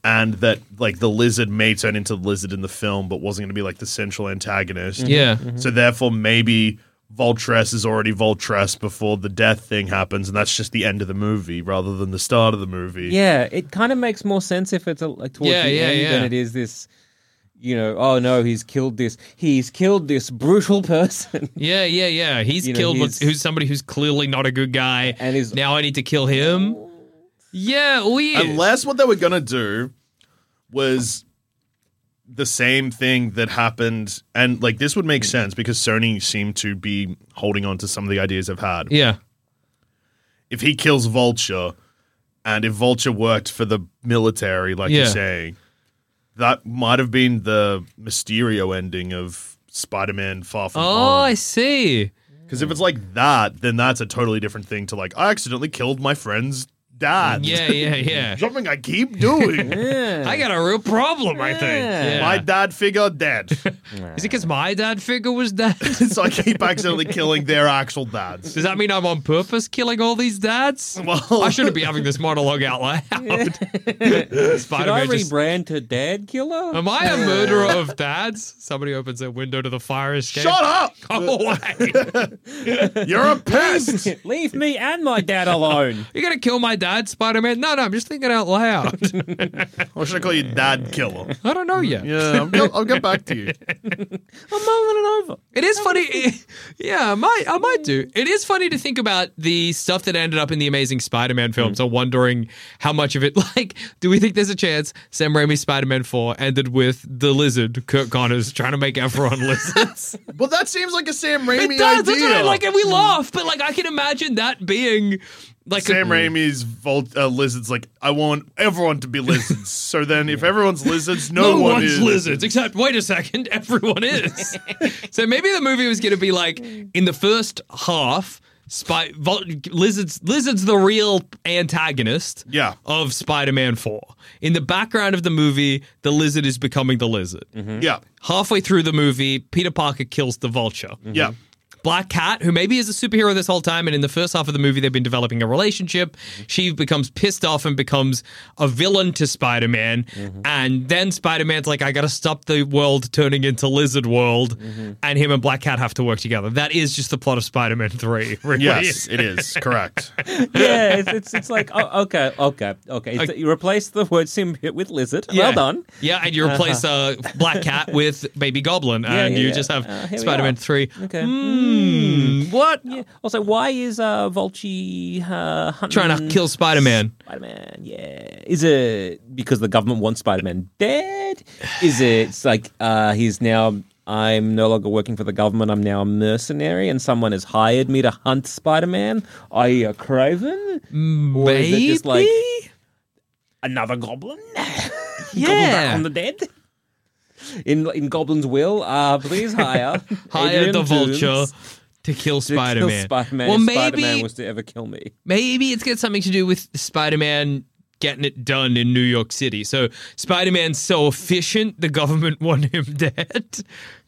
Speaker 3: And that like the lizard may turn into the lizard in the film, but wasn't gonna be like the central antagonist.
Speaker 2: Yeah,
Speaker 3: So therefore maybe Voltress is already Voltress before the death thing happens, and that's just the end of the movie rather than the start of the movie.
Speaker 1: Yeah, it kind of makes more sense if it's a, like towards
Speaker 2: Yeah,
Speaker 1: the
Speaker 2: yeah,
Speaker 1: end
Speaker 2: yeah.
Speaker 1: than it is this. You know, oh no, he's killed this. He's killed this brutal person,
Speaker 2: yeah, yeah, yeah. He's
Speaker 1: You know,
Speaker 2: killed
Speaker 1: he's-
Speaker 2: what's- who's somebody who's clearly not a good guy,
Speaker 1: and is
Speaker 2: now I need to kill him. Yeah, weird.
Speaker 3: Unless what they were gonna do was the same thing that happened, and like this would make
Speaker 2: Hmm.
Speaker 3: sense because Sony seemed to be holding on to some of the ideas I've had.
Speaker 2: yeah,
Speaker 3: If he kills Vulture, and if Vulture worked for the military, like
Speaker 2: Yeah.
Speaker 3: you're saying, that might have been the Mysterio ending of Spider-Man Far From
Speaker 2: Oh,
Speaker 3: Home.
Speaker 2: I see.
Speaker 3: Because if it's like that, then that's a totally different thing to like I accidentally killed my friend's dad.
Speaker 2: Yeah, yeah, yeah.
Speaker 3: something I keep doing.
Speaker 2: I got a real problem, I think.
Speaker 1: Yeah.
Speaker 3: My dad figure dead,
Speaker 2: Is it because my dad figure was dead?
Speaker 3: so I keep accidentally killing their actual dads.
Speaker 2: Does that mean I'm on purpose killing all these dads?
Speaker 3: Well,
Speaker 2: I shouldn't be having this monologue out loud.
Speaker 1: Did I
Speaker 2: Spider-Man just- Um,
Speaker 1: rebrand to Dad Killer?
Speaker 2: Am I a murderer of dads? Somebody opens a window to the fire escape.
Speaker 3: Shut up!
Speaker 2: Go away.
Speaker 3: You're a pest.
Speaker 1: Leave me and my dad alone.
Speaker 2: You're gonna kill my dad, Spider Man? No, no, I'm just thinking out loud.
Speaker 3: Or should I call you Dad Killer?
Speaker 2: I don't know yet.
Speaker 3: Yeah, I'll get, I'll get back to you.
Speaker 1: I'm mulling it over.
Speaker 2: It is funny. yeah, I might, I might do. It is funny to think about the stuff that ended up in the Amazing Spider-Man films.
Speaker 3: Hmm.
Speaker 2: I'm wondering how much of it. Like, do we think there's a chance Sam Raimi's Spider-Man Four ended with the lizard Kurt Connors trying to make everyone lizards?
Speaker 3: Well, that seems like a Sam
Speaker 2: it does.
Speaker 3: Raimi
Speaker 2: That's
Speaker 3: idea. Mm.
Speaker 2: what I like, and we laugh. But like, I can imagine that being like a-
Speaker 3: Sam Raimi's Volt, uh, lizards. Like I want everyone to be lizards. so then, if everyone's lizards, no,
Speaker 2: No
Speaker 3: one
Speaker 2: one's
Speaker 3: is.
Speaker 2: lizards, except wait a second, everyone is. so maybe the movie was going to be like in the first half, spy, vol, lizards, lizards, the real antagonist.
Speaker 3: Yeah.
Speaker 2: Of Spider-Man Four, in the background of the movie, the lizard is becoming the lizard.
Speaker 3: Yeah,
Speaker 2: Halfway through the movie, Peter Parker kills the vulture.
Speaker 3: yeah.
Speaker 2: Black Cat, who maybe is a superhero this whole time, and in the first half of the movie, they've been developing a relationship.
Speaker 1: Mm-hmm.
Speaker 2: She becomes pissed off and becomes a villain to Spider Man.
Speaker 1: Mm-hmm.
Speaker 2: And then Spider Man's like, I gotta stop the world turning into Lizard World.
Speaker 1: Mm-hmm.
Speaker 2: And him and Black Cat have to work together. That is just the plot of Spider Man 3. Really.
Speaker 3: Yes, it is correct.
Speaker 1: Yeah, it's it's, it's like oh, okay, okay, okay. It's, You replace the word symbiote with lizard.
Speaker 2: Yeah.
Speaker 1: Well done. Uh-huh.
Speaker 2: Yeah, and you replace uh, Black Cat with Baby Goblin, and
Speaker 1: yeah,
Speaker 2: you
Speaker 1: yeah.
Speaker 2: just have
Speaker 1: Uh, here we
Speaker 2: Spider Man
Speaker 1: are. Mm.
Speaker 2: 3.
Speaker 1: Okay.
Speaker 2: Mm, what?
Speaker 1: Yeah. Also, why is uh, Vulture uh, hunting
Speaker 2: Trying to kill Spider Man.
Speaker 1: Spider-Man? Yeah. Is it because the government wants Spider-Man dead? Is it it's like uh, he's now? I'm no longer working for the government. I'm now a mercenary, and someone has hired me to hunt Spider-Man. Are you a craven? Or is it just like another goblin? Gobble back on the dead. In in Goblin's will, uh, please hire
Speaker 2: hire
Speaker 1: Adrian
Speaker 2: the
Speaker 1: Toomes
Speaker 2: vulture
Speaker 1: to
Speaker 2: to kill
Speaker 1: kill
Speaker 2: Spider Man.
Speaker 1: Spider-Man
Speaker 2: Well,
Speaker 1: if
Speaker 2: maybe
Speaker 1: Spider-Man was to ever kill me.
Speaker 2: maybe it's got something to do with Spider Man getting it done in New York City. So Spider Man's so efficient, the government want him dead.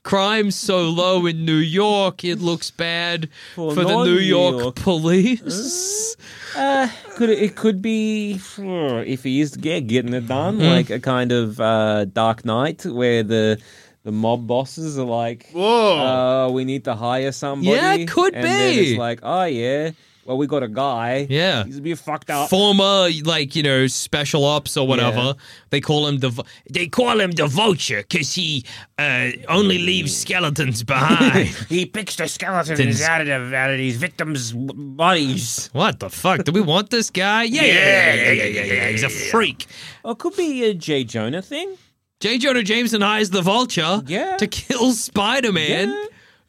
Speaker 2: Crime so low in New York, it looks bad for,
Speaker 1: For
Speaker 2: the New
Speaker 1: non-New
Speaker 2: York,
Speaker 1: York.
Speaker 2: police.
Speaker 1: Uh, could it, it could be uh, if he is yeah, getting it
Speaker 2: Hmm.
Speaker 1: done, like a kind of uh, Dark Knight where the the mob bosses are like,
Speaker 3: Whoa.
Speaker 1: uh, we need to hire somebody.
Speaker 2: Yeah, it could
Speaker 1: and Then
Speaker 2: be.
Speaker 1: it's like, oh yeah, well we got a guy.
Speaker 2: Yeah.
Speaker 1: he's a bit fucked up.
Speaker 2: Former, like you know, special ops or whatever.
Speaker 1: uh, Yeah.
Speaker 2: They call him the. vu- They call him the vulture because he uh, only leaves skeletons behind.
Speaker 1: he picks the skeletons out of, the, out of these victims' bodies.
Speaker 2: What the fuck? Do we want this guy? Yeah, yeah, yeah, yeah, yeah, yeah, yeah. He's a freak.
Speaker 1: Or it could be a J. Jonah thing.
Speaker 2: J. Jonah Jameson hires the vulture
Speaker 1: Yeah.
Speaker 2: to kill Spider Man.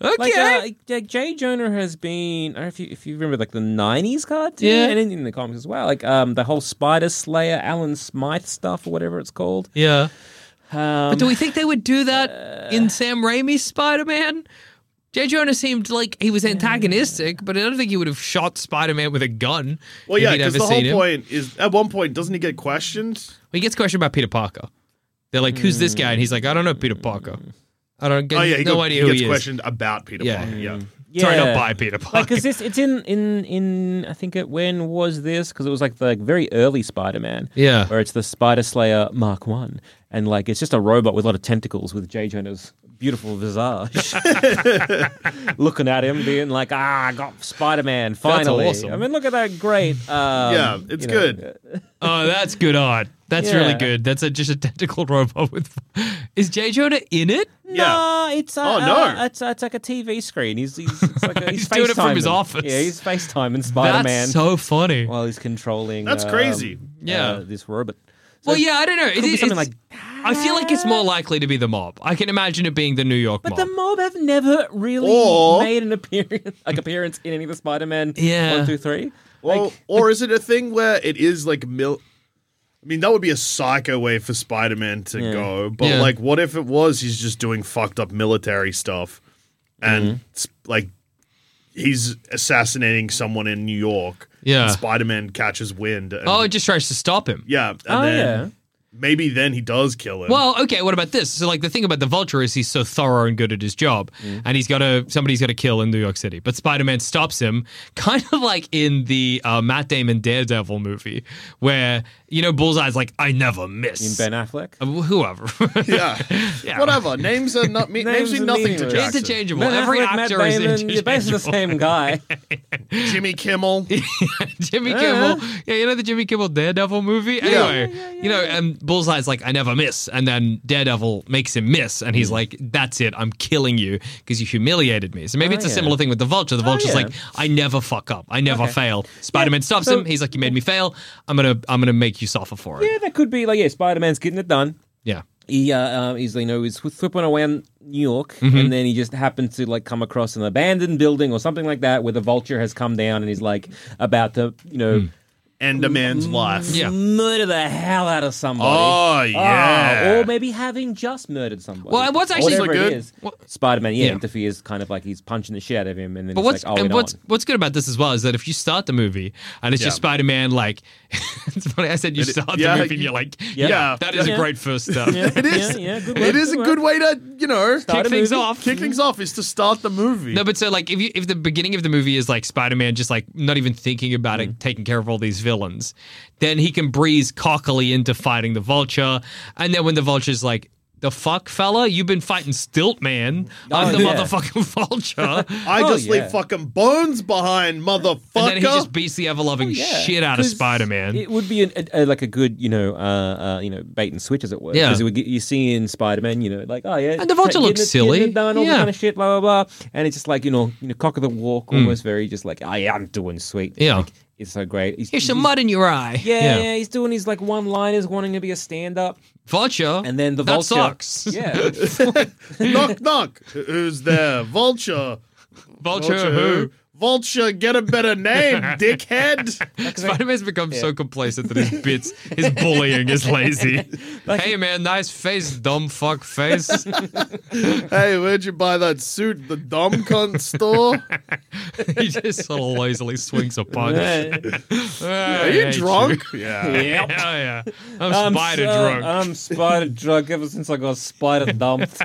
Speaker 2: Okay.
Speaker 1: Like, uh, like Jay Jonah has been, I don't know if you, if you remember, like the '90s cartoon,
Speaker 2: Yeah.
Speaker 1: and in, in the comics as well. Like um, the whole Spider Slayer, Alan Smythe stuff, or whatever it's called.
Speaker 2: yeah.
Speaker 1: Um, uh,
Speaker 2: Do we think they would do that in Sam Raimi's Spider Man? J. Jonah seemed like he was antagonistic, but I don't think he would have shot Spider Man with a gun.
Speaker 3: Well,
Speaker 2: if
Speaker 3: yeah,
Speaker 2: he'd
Speaker 3: because
Speaker 2: ever
Speaker 3: the whole
Speaker 2: seen him.
Speaker 3: point is at one point doesn't he get questioned?
Speaker 2: He gets questioned by Peter Parker. They're like, who's this guy? And he's like, I don't know Peter Parker. I don't get
Speaker 3: Oh yeah, he,
Speaker 2: no
Speaker 3: got-
Speaker 2: idea
Speaker 3: he
Speaker 2: who
Speaker 3: gets
Speaker 2: he is.
Speaker 3: questioned about Peter
Speaker 2: Yeah.
Speaker 3: Parker. Yeah.
Speaker 1: yeah.
Speaker 2: Sorry, not by Peter Parker.
Speaker 1: Like, cause this, it's in in in I think it when was this? Because it was like the like, very early Spider Man.
Speaker 2: Yeah.
Speaker 1: where it's the Spider Slayer Mark One, and like it's just a robot with a lot of tentacles with Jay Jonah's beautiful visage, looking at him, being like, "Ah, I got Spider Man finally."
Speaker 2: awesome.
Speaker 1: I mean, look at that great. Um,
Speaker 3: yeah, it's
Speaker 1: you know,
Speaker 3: good.
Speaker 2: Oh, that's good art. That's
Speaker 1: Yeah.
Speaker 2: really good. That's a, just a tentacle robot with. Is J. Jonah in it?
Speaker 3: yeah.
Speaker 1: No, it's a,
Speaker 3: Oh, no.
Speaker 1: uh, it's, it's like a TV screen. He's he's, it's like a, he's,
Speaker 2: He's doing it from his
Speaker 1: FaceTiming.
Speaker 2: office.
Speaker 1: Yeah, he's FaceTiming Spider Man
Speaker 2: That's so funny.
Speaker 1: while he's controlling.
Speaker 3: That's
Speaker 1: um,
Speaker 3: crazy.
Speaker 2: Yeah.
Speaker 1: uh, this robot. So
Speaker 2: well, yeah, I don't know.
Speaker 1: could be something
Speaker 2: it's-
Speaker 1: like
Speaker 2: I feel like it's more likely to be the mob. I can imagine it being the New York
Speaker 1: But
Speaker 2: mob.
Speaker 1: the mob have never really
Speaker 3: Or-
Speaker 1: made an appearance, like appearance in any of the Spider-Man
Speaker 2: Yeah.
Speaker 1: one, two, three.
Speaker 3: Well,
Speaker 1: Like,
Speaker 3: or is it a thing where it is like mil? I mean, that would be a psycho way for Spider Man to
Speaker 1: Yeah.
Speaker 3: go. But
Speaker 2: Yeah.
Speaker 3: like, what if it was he's just doing fucked up military stuff, and it's like he's assassinating someone in New York.
Speaker 2: Yeah.
Speaker 3: Spider Man catches wind. And,
Speaker 2: Oh, it just tries to stop him.
Speaker 3: yeah, and
Speaker 1: Oh,
Speaker 3: then
Speaker 1: yeah.
Speaker 3: maybe then he does kill him.
Speaker 2: Well, okay. What about this? So, like, the thing about the Vulture is he's so thorough and good at his job,
Speaker 1: Mm.
Speaker 2: and he's got to somebody's got to kill in New York City. But Spider Man stops him, kind of like in the uh, Matt Damon Daredevil movie, where you know Bullseye's like, "I never
Speaker 1: in
Speaker 2: miss."
Speaker 1: Ben Affleck.
Speaker 2: Uh, whoever.
Speaker 3: yeah.
Speaker 2: Yeah.
Speaker 3: whatever. Names are not me- names,
Speaker 1: Names
Speaker 3: mean
Speaker 1: are
Speaker 3: nothing to
Speaker 1: meaningless.
Speaker 3: Jackson.
Speaker 2: interchangeable.
Speaker 1: Ben
Speaker 2: Every
Speaker 1: Affleck,
Speaker 2: actor
Speaker 1: Matt
Speaker 2: is
Speaker 1: Damon,
Speaker 2: interchangeable.
Speaker 1: you're basically the same guy.
Speaker 3: Jimmy Kimmel.
Speaker 2: Jimmy Kimmel. Yeah, you know the Jimmy Kimmel Daredevil movie? Anyway, you know, and Bullseye's like, I never miss. And then Daredevil makes him miss. And
Speaker 1: Hmm.
Speaker 2: he's like, that's it. I'm killing you because you humiliated me. So maybe
Speaker 1: Oh,
Speaker 2: it's a
Speaker 1: yeah. Oh,
Speaker 2: similar thing with the Vulture. The Vulture's
Speaker 1: yeah.
Speaker 2: like, I never fuck up. I never fail. Spider Man stops
Speaker 1: so-
Speaker 2: him. He's like, you made me fail. I'm going to I'm gonna make you suffer for it.
Speaker 1: yeah, that could be like yeah, Spider Man's getting it done.
Speaker 2: Yeah.
Speaker 1: He uh, um, he's you know he's flipping around New York, and then he just happens to like come across an abandoned building or something like that where the vulture has come down, and he's like about to you know
Speaker 3: End a man's life.
Speaker 2: Yeah.
Speaker 1: murder the hell out of somebody.
Speaker 3: Oh
Speaker 1: Ah,
Speaker 3: yeah.
Speaker 1: or maybe having just murdered somebody.
Speaker 2: Well, what's actually-
Speaker 1: Whatever
Speaker 3: Also good-
Speaker 1: it is,
Speaker 2: what-
Speaker 1: Spider-Man yeah,
Speaker 2: Yeah.
Speaker 1: interferes, kind of like he's punching the shit out of him, and then
Speaker 2: But
Speaker 1: it's
Speaker 2: what's
Speaker 1: like, oh, we're
Speaker 2: and what's
Speaker 1: not.
Speaker 2: what's good about this as well is that if you start the movie and it's
Speaker 3: Yeah.
Speaker 2: just Spider Man, like it's funny. I said you start
Speaker 3: yeah,
Speaker 2: the movie and you're like, yeah,
Speaker 1: yeah.
Speaker 2: that is
Speaker 1: Yeah.
Speaker 2: a great first step.
Speaker 3: It is.
Speaker 1: Yeah, yeah, good
Speaker 3: it
Speaker 1: work,
Speaker 3: is
Speaker 1: good
Speaker 3: a good way to you know
Speaker 1: Start
Speaker 2: Kick
Speaker 1: a
Speaker 2: things
Speaker 1: movie.
Speaker 2: off.
Speaker 3: kick things off is to start the movie.
Speaker 2: No, but so like if you if the beginning of the movie is like Spider Man just like not even thinking about
Speaker 1: Mm.
Speaker 2: it, taking care of all these villains, then he can breeze cockily into fighting the Vulture, and then when the Vulture's like. The fuck, fella? You've been fighting Stilt Man. I'm
Speaker 1: Oh,
Speaker 2: the
Speaker 1: yeah.
Speaker 2: motherfucking vulture.
Speaker 3: I
Speaker 1: Oh,
Speaker 3: just
Speaker 1: yeah.
Speaker 3: leave fucking bones behind, motherfucker.
Speaker 2: and then he just beats the ever loving shit out of
Speaker 1: Oh, 'Cause
Speaker 2: Spider Man.
Speaker 1: It would be an, a, a, like a good, you know, uh, uh, you know, bait and switch, as it were.
Speaker 2: Yeah.
Speaker 1: Because you see in Spider Man, you know, like oh yeah,
Speaker 2: And the Vulture
Speaker 1: getting
Speaker 2: looks
Speaker 1: it-
Speaker 2: silly.
Speaker 1: getting it done, all
Speaker 2: Yeah.
Speaker 1: that kind of shit, blah blah blah. And it's just like you know, you know, cock of the walk, almost very just like I am doing sweet.
Speaker 2: Mm. Yeah.
Speaker 1: Like, it's so great. He's,
Speaker 2: Here's some
Speaker 1: he's-
Speaker 2: mud in your eye.
Speaker 1: Yeah, yeah, he's doing his like one liners, wanting to be a stand up,
Speaker 2: Vulture.
Speaker 1: and then the
Speaker 2: that
Speaker 1: Vulture
Speaker 2: sucks.
Speaker 1: Yeah.
Speaker 3: knock knock. Who's there? Vulture.
Speaker 2: Vulture, who?
Speaker 3: Vulture, get a better name, dickhead.
Speaker 2: Spider Man's become so complacent that his bits, his bullying is lazy. hey man, nice face, dumb fuck face.
Speaker 3: hey, where'd you buy that suit? The dumb cunt store?
Speaker 2: he just sort of lazily swings a punch.
Speaker 1: Yeah.
Speaker 2: Ah,
Speaker 3: Are
Speaker 2: I
Speaker 3: you
Speaker 2: hate
Speaker 3: drunk? Yeah.
Speaker 2: you. Yeah, yeah. I'm,
Speaker 1: I'm
Speaker 2: spider
Speaker 1: so- uh,
Speaker 2: drunk.
Speaker 1: I'm spider drunk ever since I got spider dumped.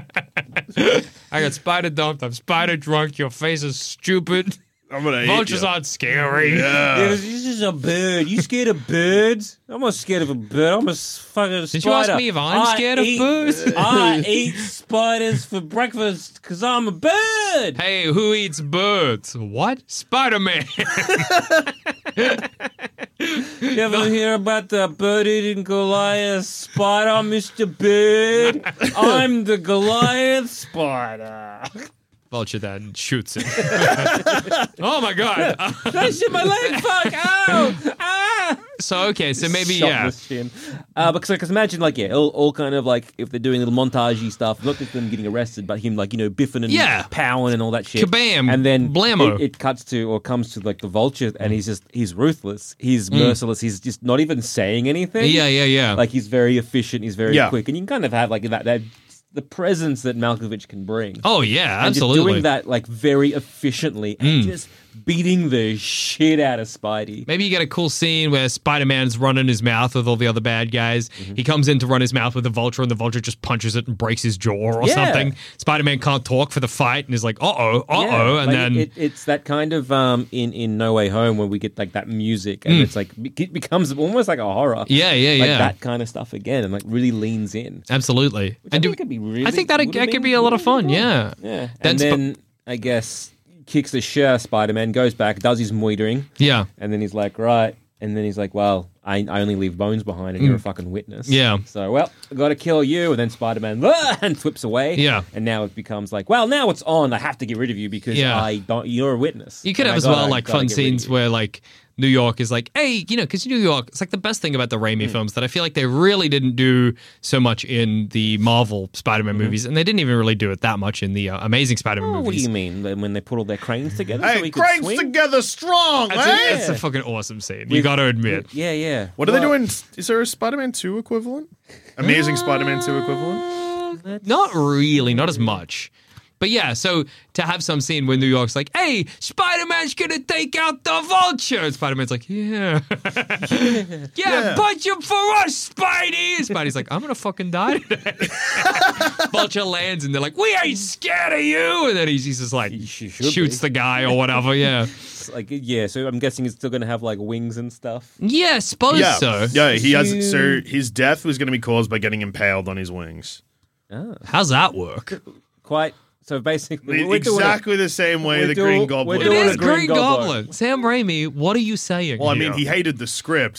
Speaker 2: I got spider dumped. I'm spider drunk. Your face is stupid.
Speaker 3: I'm gonna eat
Speaker 2: Vultures
Speaker 3: you.
Speaker 2: aren't scary.
Speaker 3: Uh,
Speaker 1: Yeah, this this is a bird. You scared of birds? I'm not scared of a bird. I'm a s- fucking spider.
Speaker 2: Did you ask me if I'm
Speaker 1: I
Speaker 2: scared of
Speaker 1: eat-
Speaker 2: birds?
Speaker 1: I eat spiders for breakfast because I'm a bird.
Speaker 2: Hey, who eats birds? What? Spider Man.
Speaker 1: You ever hear about the bird eating Goliath spider, Mr. Bird? I'm the Goliath spider.
Speaker 2: Vulture then shoots him. oh my god. Uh,
Speaker 1: I shit my leg, fuck! Ow! Ah!
Speaker 2: so okay, so maybe
Speaker 1: shot
Speaker 2: yeah.
Speaker 1: this chin. Uh, because like, 'cause imagine like yeah, all, all kind of like if they're doing little montagey stuff, not just them getting arrested, but him like you know biffing and
Speaker 2: Yeah.
Speaker 1: powering and all that shit.
Speaker 2: Kabam,
Speaker 1: And then
Speaker 2: blammo.
Speaker 1: It, it cuts to or comes to like the vulture, and he's just he's ruthless, he's merciless, he's just not even saying anything.
Speaker 2: Mm. Yeah, yeah, yeah.
Speaker 1: Like he's very efficient, he's very
Speaker 3: Yeah.
Speaker 1: quick, and you can kind of have like that that the presence that Malkovich can bring.
Speaker 2: oh yeah,
Speaker 1: And
Speaker 2: absolutely. Mm.
Speaker 1: just doing that like very efficiently and just beating the shit out of Spidey.
Speaker 2: Maybe you get a cool scene where Spider Man's running his mouth with all the other bad guys.
Speaker 1: Mm-hmm.
Speaker 2: He comes in to run his mouth with the vulture, and the vulture just punches it and breaks his jaw or
Speaker 1: Yeah.
Speaker 2: something. Spider Man can't talk for the fight and is like, uh oh, uh oh.
Speaker 1: Yeah,
Speaker 2: and
Speaker 1: like,
Speaker 2: then,
Speaker 1: it, it's that kind of um in in No Way Home where we get like that music and it's like it becomes almost like a horror.
Speaker 2: Hmm. yeah, yeah,
Speaker 1: like
Speaker 2: yeah.
Speaker 1: that kind of stuff again, and like really leans in.
Speaker 2: absolutely.
Speaker 1: I
Speaker 2: And do-
Speaker 1: think could be really.
Speaker 2: I think that,
Speaker 1: would've
Speaker 2: that
Speaker 1: been
Speaker 2: could be a lot of
Speaker 1: really
Speaker 2: fun, yeah.
Speaker 1: good. Yeah,
Speaker 2: Then
Speaker 1: and
Speaker 2: Sp-
Speaker 1: then I guess kicks the shit out of Spider Man, goes back, does his moitering,
Speaker 2: Yeah.
Speaker 1: and then he's like, right. And then he's like, "Well, I, I only leave bones behind, and you're a fucking witness."
Speaker 2: Mm. Yeah.
Speaker 1: So, well, I got to kill you, and then Spider-Man "Ah," and swips away.
Speaker 2: Yeah.
Speaker 1: And now it becomes like, well, now it's on. I have to get rid of you because
Speaker 2: Yeah.
Speaker 1: I don't. You're a witness.
Speaker 2: You could
Speaker 1: And
Speaker 2: have
Speaker 1: I
Speaker 2: as
Speaker 1: gotta-
Speaker 2: well like
Speaker 1: gotta
Speaker 2: fun
Speaker 1: get rid of
Speaker 2: scenes
Speaker 1: you.
Speaker 2: where like New York is like, hey, you know, because New York, it's like the best thing about the
Speaker 1: Hmm.
Speaker 2: Raimi films that I feel like they really didn't do so much in the Marvel Spider-Man movies, and they didn't even really do it that much in the uh, Amazing Spider-Man
Speaker 1: Mm-hmm. Oh,
Speaker 2: movies.
Speaker 1: what do you mean? Then When they put all their cranes together? so
Speaker 3: Hey,
Speaker 1: he could
Speaker 3: cranes
Speaker 1: swing?
Speaker 3: together strong,
Speaker 2: It's,
Speaker 3: eh?
Speaker 2: a, it's a fucking awesome scene. You got to admit.
Speaker 1: Yeah, yeah.
Speaker 3: What are they
Speaker 1: Well,
Speaker 3: doing? Is there a Spider-Man 2 equivalent? Amazing Spider-Man 2 equivalent?
Speaker 2: Not really, not as much. But yeah, so to have some scene where New York's like, hey, Spider Man's gonna take out the vulture. And Spider Man's like, yeah. yeah. punch him for us, Spidey. And Spidey's like, I'm gonna fucking die today. vulture lands and they're like, we ain't scared of you. And then he's he's just like,
Speaker 1: She should
Speaker 2: shoots the guy or whatever. Yeah.
Speaker 1: It's Like, yeah, so I'm guessing it's still going to have like wings and stuff.
Speaker 2: Yeah, suppose
Speaker 3: Yeah.
Speaker 2: Uh, so.
Speaker 3: Yeah, he has so his death was going to be caused by getting impaled on his wings.
Speaker 2: How's that work?
Speaker 1: Quite. So basically, we're doing it.
Speaker 3: exactly the same way
Speaker 1: we're
Speaker 3: the
Speaker 1: doing-
Speaker 3: Green
Speaker 1: we're
Speaker 3: Goblin.
Speaker 2: It
Speaker 1: doing
Speaker 2: is
Speaker 1: a
Speaker 2: Green,
Speaker 1: Green
Speaker 2: Goblin.
Speaker 1: Goblin.
Speaker 2: Sam Raimi, what are you saying?
Speaker 3: Well, I
Speaker 2: here?
Speaker 3: mean, he hated the script,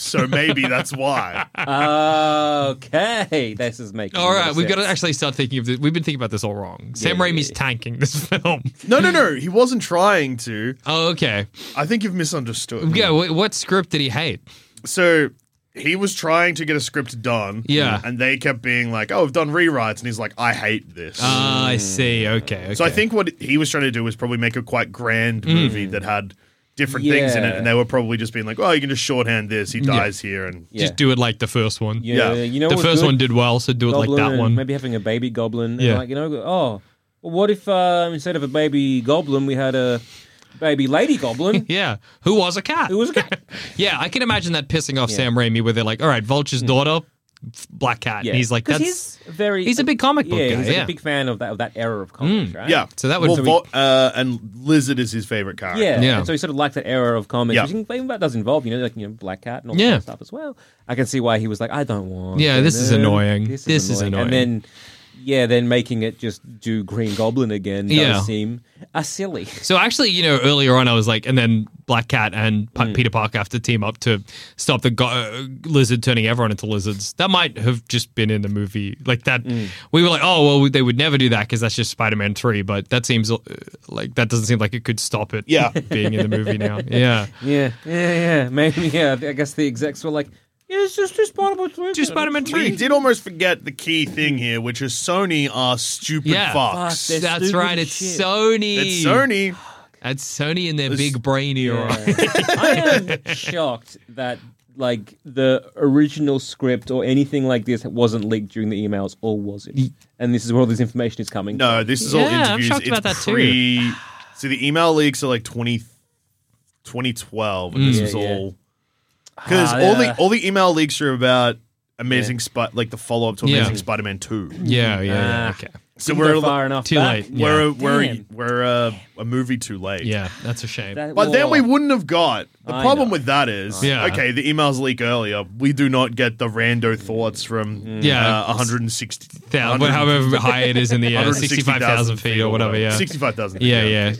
Speaker 3: so maybe that's why.
Speaker 1: Okay, this is making.
Speaker 2: All
Speaker 1: more
Speaker 2: right, we've got to
Speaker 1: sense.
Speaker 2: actually start thinking of this. We've been thinking about this all wrong. Sam
Speaker 1: yeah,
Speaker 2: Raimi's
Speaker 1: yeah.
Speaker 2: tanking this film.
Speaker 3: No, no, no. He wasn't trying to.
Speaker 2: Oh, okay.
Speaker 3: I think you've misunderstood.
Speaker 2: Yeah, wh- what script did he hate?
Speaker 3: So he was trying to get a script done.
Speaker 2: Yeah.
Speaker 3: And they kept being like, oh, I've done rewrites. And he's like, I hate this.
Speaker 2: Ah, I see. Okay,
Speaker 3: so I
Speaker 2: okay.
Speaker 3: think what he was trying to do was probably make a quite grand movie that had different things in it.
Speaker 1: Hmm. Yeah.
Speaker 3: And they were probably just being like, oh, you can just shorthand this. He dies here. And
Speaker 1: Yeah.
Speaker 2: just do it like the first one.
Speaker 1: Yeah,
Speaker 3: yeah.
Speaker 1: you know
Speaker 2: the
Speaker 1: what would
Speaker 2: first
Speaker 1: do it?
Speaker 2: one did well, so do it
Speaker 1: goblin
Speaker 2: like that
Speaker 1: and
Speaker 2: one.
Speaker 1: Maybe having a baby goblin.
Speaker 2: Yeah.
Speaker 1: And like you know, oh, well, what if uh, instead of a baby goblin, we had a baby lady goblin
Speaker 2: yeah, who was a cat?
Speaker 1: who was a cat?
Speaker 2: yeah, I can imagine that pissing off Sam Raimi, where they're like, "All right, Vulture's daughter, f- black cat," and he's like,
Speaker 1: 'Cause
Speaker 2: "That's."
Speaker 1: Hmm. he's very.
Speaker 2: he's a big comic book
Speaker 1: yeah,
Speaker 2: guy,
Speaker 1: He's like
Speaker 2: yeah. Mm.
Speaker 1: a big fan of that of that era of comics, right?
Speaker 3: yeah.
Speaker 2: So that would-
Speaker 3: Well,
Speaker 2: so we-
Speaker 3: Vol- uh, and Lizard is his favorite character.
Speaker 1: Yeah.
Speaker 2: Yeah.
Speaker 1: and so he sort of liked that era of comics,
Speaker 3: Yeah.
Speaker 1: which even that does involve, you know, like you know, Black Cat and all
Speaker 2: Yeah.
Speaker 1: that stuff as well. I can see why he was like, I don't want.
Speaker 2: Yeah, this is
Speaker 1: Venom.
Speaker 2: annoying. This is annoying.
Speaker 1: And then, yeah, then making it just do Green Goblin again does
Speaker 2: Yeah.
Speaker 1: seem a silly.
Speaker 2: So actually, you know, earlier on, I was like, and then Black Cat and Pa- Peter Parker have to team up to stop the go- uh, lizard turning everyone into lizards. That might have just been in the movie, like that. We were like, oh well, they would never do that because that's just Spider Man three. But that seems uh, like that doesn't seem like it could stop it.
Speaker 3: Yeah.
Speaker 2: being in the movie now. Yeah,
Speaker 1: Yeah, yeah, yeah. Maybe, yeah. I guess the execs were like, yeah, it's just just Spider-Man three.
Speaker 2: just Spider Man
Speaker 3: We
Speaker 2: three.
Speaker 3: did almost forget the key thing here, which is Sony are stupid
Speaker 2: Yeah.
Speaker 3: fucks.
Speaker 1: Fuck,
Speaker 2: That's
Speaker 1: Stupid
Speaker 2: right. It's
Speaker 1: shit.
Speaker 2: Sony.
Speaker 3: it's Sony.
Speaker 2: That's Sony and their big brain era.
Speaker 1: I am shocked that like the original script or anything like this wasn't leaked during the emails, or was it? And this is where all this information is coming.
Speaker 3: No, this is all
Speaker 2: Yeah, I'm
Speaker 3: interviews.
Speaker 2: shocked
Speaker 3: it's
Speaker 2: about that too.
Speaker 3: pre- So the email leaks are like 20, 2012, and this
Speaker 1: Mm.
Speaker 3: was
Speaker 1: Yeah, yeah.
Speaker 3: all because
Speaker 1: Ah,
Speaker 3: all the
Speaker 1: yeah.
Speaker 3: all the email leaks are about Amazing Spot, like the follow up to
Speaker 2: Yeah.
Speaker 3: Amazing Spider-Man Two.
Speaker 2: Yeah, yeah, yeah.
Speaker 1: Ah.
Speaker 2: Okay.
Speaker 3: So
Speaker 1: Didn't go
Speaker 3: we're
Speaker 1: far enough.
Speaker 2: Too
Speaker 1: back.
Speaker 2: late.
Speaker 3: we're we're
Speaker 1: Damn.
Speaker 3: we're uh, a movie too late.
Speaker 2: Yeah, that's a shame.
Speaker 1: That-
Speaker 3: But then
Speaker 1: well,
Speaker 3: we wouldn't have got. The
Speaker 1: I
Speaker 3: problem
Speaker 1: know.
Speaker 3: with that is,
Speaker 2: Yeah.
Speaker 3: okay, the emails leak earlier. We do not get the rando thoughts from
Speaker 2: Yeah.
Speaker 3: uh, 160,
Speaker 2: Thou- however high it is in the air, 65,000 feet or whatever. Yeah.
Speaker 3: 65,000 feet.
Speaker 2: Yeah, yeah.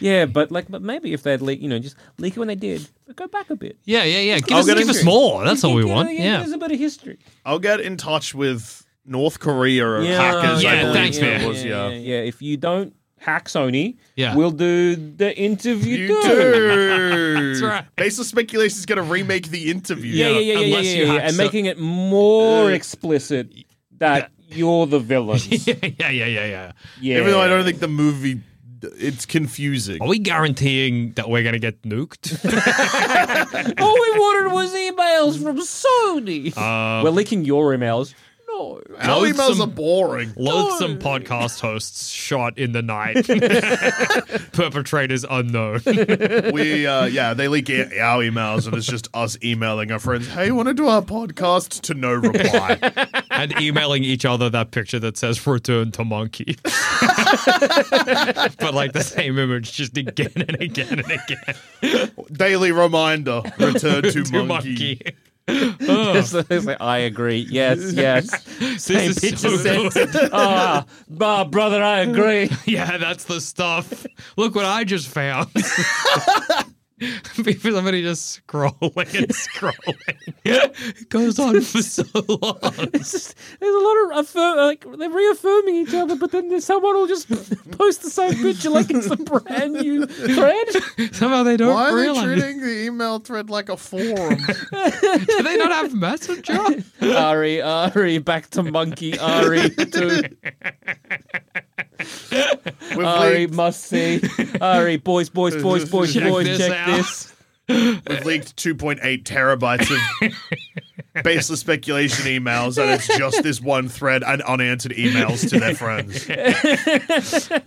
Speaker 1: yeah, but like, but maybe if they'd leak, you know, just leak it when they did, but go back a bit.
Speaker 2: Yeah, yeah, yeah. Give,
Speaker 3: I'll
Speaker 2: us,
Speaker 3: get
Speaker 2: give us
Speaker 3: into it.
Speaker 2: more. That's all we
Speaker 1: Give-
Speaker 2: want.
Speaker 1: give-
Speaker 2: Yeah.
Speaker 1: give us a bit of history.
Speaker 3: I'll get in touch with North Korea or
Speaker 1: Yeah,
Speaker 3: hackers. I
Speaker 2: yeah,
Speaker 3: believe
Speaker 2: thanks,
Speaker 3: it
Speaker 2: man.
Speaker 3: was,
Speaker 1: yeah,
Speaker 3: yeah.
Speaker 1: yeah, yeah. If you don't hack Sony,
Speaker 2: Yeah.
Speaker 1: we'll do the interview.
Speaker 3: You
Speaker 1: too.
Speaker 3: do.
Speaker 2: That's right.
Speaker 3: Baseless speculation is going to remake the interview.
Speaker 1: Yeah, yeah, yeah, yeah, yeah,
Speaker 2: unless you
Speaker 1: yeah, yeah.
Speaker 2: hack
Speaker 1: and
Speaker 2: so-
Speaker 1: making it more
Speaker 3: Uh,
Speaker 1: explicit that you're the villain.
Speaker 2: yeah, yeah, yeah, yeah, yeah. Oh,
Speaker 1: Yeah,
Speaker 3: Even though I don't think the movie, it's confusing.
Speaker 2: Are we guaranteeing that we're going to get nuked?
Speaker 1: all we wanted was emails from Sony.
Speaker 3: Um,
Speaker 1: We're leaking your emails. No,
Speaker 3: Our
Speaker 2: Loads
Speaker 3: emails
Speaker 2: some-
Speaker 3: are boring.
Speaker 2: Loathsome podcast hosts shot in the night. Perpetrators unknown.
Speaker 3: we uh, yeah, they leak e- our emails and it's just us emailing our friends. Hey, want to do our podcast? To no reply.
Speaker 2: and emailing each other that picture that says return to monkey. but like the same image just again and again and again.
Speaker 3: Daily reminder: return to,
Speaker 2: To monkey.
Speaker 3: monkey.
Speaker 1: It's like, I agree. Yes, yes. Same
Speaker 2: is
Speaker 1: picture
Speaker 2: so
Speaker 1: sent.
Speaker 2: good.
Speaker 1: Ah, bah, brother, I agree.
Speaker 2: Yeah, that's the stuff. Look what I just found. Be somebody just scrolling and scrolling. it goes on for so long.
Speaker 1: It's just, there's a lot of affirm, like they're reaffirming each other, but then there's someone will just post the same picture like it's a brand new thread.
Speaker 2: Somehow they don't
Speaker 3: Why are they
Speaker 2: realize.
Speaker 3: treating the email thread like a forum?
Speaker 2: Do they not have messenger?
Speaker 1: Ari, Ari, back to monkey. Ari, to
Speaker 3: We've
Speaker 1: Ari,
Speaker 3: leaked,
Speaker 1: must see. Ari, boys, boys, boys, boys,
Speaker 2: Check
Speaker 1: boys,
Speaker 2: this
Speaker 1: check
Speaker 2: out.
Speaker 1: this.
Speaker 3: we've leaked 2.8 terabytes of baseless speculation emails, and it's just this one thread and unanswered emails to their friends.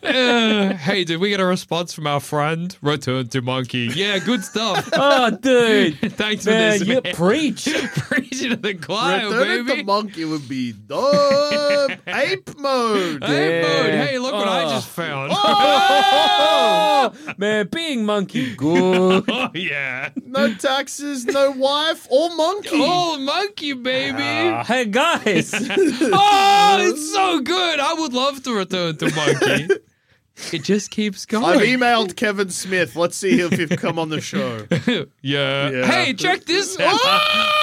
Speaker 2: Uh, hey, did we get a response from our friend? Return to monkey. Yeah, good stuff.
Speaker 1: Oh, dude.
Speaker 2: Thanks for
Speaker 1: Man,
Speaker 2: this.
Speaker 1: you
Speaker 2: man.
Speaker 1: preach.
Speaker 2: Preaching to the choir,
Speaker 3: Return
Speaker 2: baby.
Speaker 3: the monkey would be dope. Ape mode.
Speaker 2: Hey,
Speaker 1: Yeah.
Speaker 2: Bode, hey, look what I
Speaker 1: Oh.
Speaker 2: just found.
Speaker 1: Oh, man, being monkey, good.
Speaker 2: Oh, yeah.
Speaker 3: No taxes, no wife, or monkey.
Speaker 2: Oh, monkey, baby.
Speaker 3: Ah.
Speaker 1: Uh, hey, guys.
Speaker 2: Oh, it's so good. I would love to return to monkey. it just keeps
Speaker 3: I've
Speaker 2: going.
Speaker 3: emailed Kevin Smith. Let's see if he'll come on the show.
Speaker 2: yeah.
Speaker 3: Yeah.
Speaker 2: Hey, check this. Ah!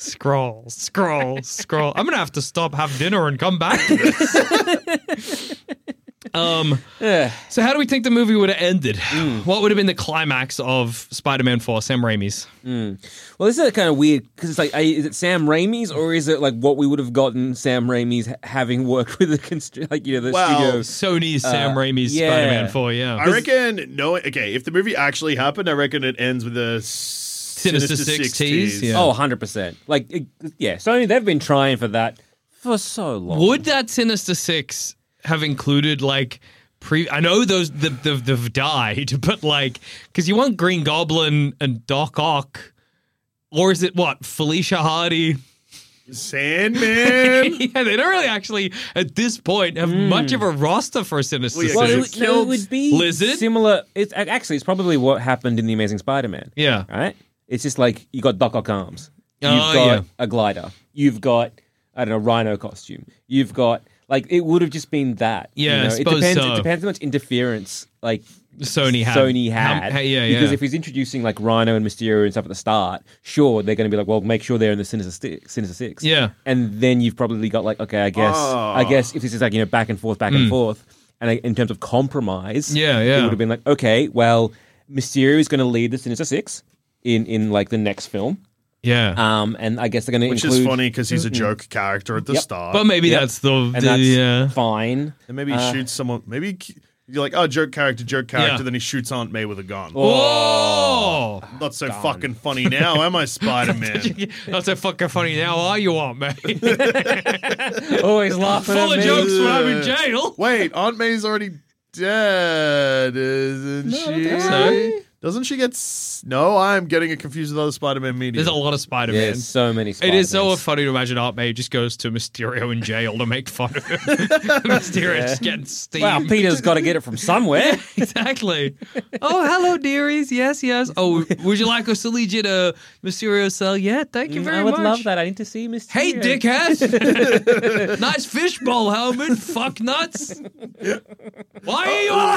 Speaker 2: Scroll, scroll, scroll. I'm gonna have to stop, have dinner, and come back to this. um.
Speaker 1: Yeah.
Speaker 2: So, how do we think the movie would have ended? What would have been the climax of Spider-Man Four? Sam Raimi's.
Speaker 1: Well, this is kind of weird because it's like, I- is it Sam Raimi's or is it like what we would have gotten Sam Raimi's ha- having worked with the constri- like you know the
Speaker 3: Well,
Speaker 1: studio?
Speaker 2: Sony's Sam Raimi's
Speaker 1: yeah.
Speaker 2: Spider-Man Four. Uh, Yeah.
Speaker 3: I reckon no. Okay, if the movie actually happened, I reckon it ends with a Sinister,
Speaker 2: Six
Speaker 3: Six
Speaker 2: tease,
Speaker 3: tease.
Speaker 2: yeah.
Speaker 1: Oh, 100 percent. Like, it- yeah, Sony they've been trying for that for so long.
Speaker 2: Would that Sinister Six have included like pre? I know those the the the died, but like because you want Green Goblin and Doc Ock, or is it what Felicia Hardy?
Speaker 3: Sandman.
Speaker 2: yeah, they don't really actually at this point have much of a roster for Sinister
Speaker 3: Well, yeah,
Speaker 2: Six.
Speaker 1: Hmm. well, it, would- no, it
Speaker 3: it killed
Speaker 1: would be
Speaker 2: Lizard?
Speaker 1: similar. It's ac- actually it's probably what happened in the Amazing Spider-Man.
Speaker 2: yeah,
Speaker 1: right? It's just like you got Doc Ock arms, you've
Speaker 2: Oh,
Speaker 1: got
Speaker 2: yeah.
Speaker 1: a glider, you've got I don't know rhino costume, you've got like it would have just been that. you
Speaker 2: Yeah, I
Speaker 1: know? it
Speaker 2: suppose
Speaker 1: depends.
Speaker 2: so.
Speaker 1: It depends how much interference like
Speaker 2: Sony had.
Speaker 1: Sony
Speaker 2: How-
Speaker 1: had.
Speaker 2: hey, yeah, yeah.
Speaker 1: Because if he's introducing like Rhino and Mysterio and stuff at the start, sure they're going to be like, well, make sure they're in the Sinister Six. Sinister Six.
Speaker 2: Yeah.
Speaker 1: and then you've probably got like, okay, I guess,
Speaker 3: Oh.
Speaker 1: I guess if this is like you know back and forth, back and forth, and like, in terms of compromise,
Speaker 2: Mm. Yeah, yeah.
Speaker 1: it would have been like, okay, well, Mysterio is going to lead the Sinister Six in in like the next film,
Speaker 2: yeah.
Speaker 1: um, and I guess they're going to
Speaker 3: Which
Speaker 1: include,
Speaker 3: is funny because he's a joke character at the
Speaker 1: Yep.
Speaker 3: start.
Speaker 2: but maybe
Speaker 1: Yep.
Speaker 2: that's the,
Speaker 1: and
Speaker 2: the-
Speaker 1: that's
Speaker 2: yeah.
Speaker 1: fine.
Speaker 3: and maybe
Speaker 2: Uh.
Speaker 3: he shoots someone. Maybe he- you're like, oh, joke character, joke character.
Speaker 2: Yeah.
Speaker 3: Then he shoots Aunt May with a gun.
Speaker 2: Oh,
Speaker 3: Not so fucking funny now, am I, Spider Man?
Speaker 2: not so fucking funny now, are you, Aunt May?
Speaker 1: Always Oh, laughing
Speaker 2: Full
Speaker 1: at
Speaker 2: of
Speaker 1: me.
Speaker 2: jokes when I'm in jail.
Speaker 3: Wait, Aunt May's already dead, isn't she?
Speaker 1: think
Speaker 2: so.
Speaker 3: Doesn't she get? S- no, I'm getting it confused with other Spider Man media.
Speaker 2: There's a lot of Spider Man.
Speaker 1: There's so many.
Speaker 2: It is so
Speaker 1: Spider-Mans.
Speaker 2: funny to imagine Aunt May just goes to Mysterio in jail to make fun of him. Mysterio just getting steamed.
Speaker 1: Wow, Peter's got to get it from somewhere.
Speaker 2: exactly. Oh, hello, dearies. Yes, yes. Oh, would you like us to lead you to Mysterio's cell? Yeah, thank you very
Speaker 1: Mm, I would
Speaker 2: much.
Speaker 1: love that. I need to see Mr.
Speaker 2: Hey, dickhead. nice fishbowl helmet. Fuck nuts. Why are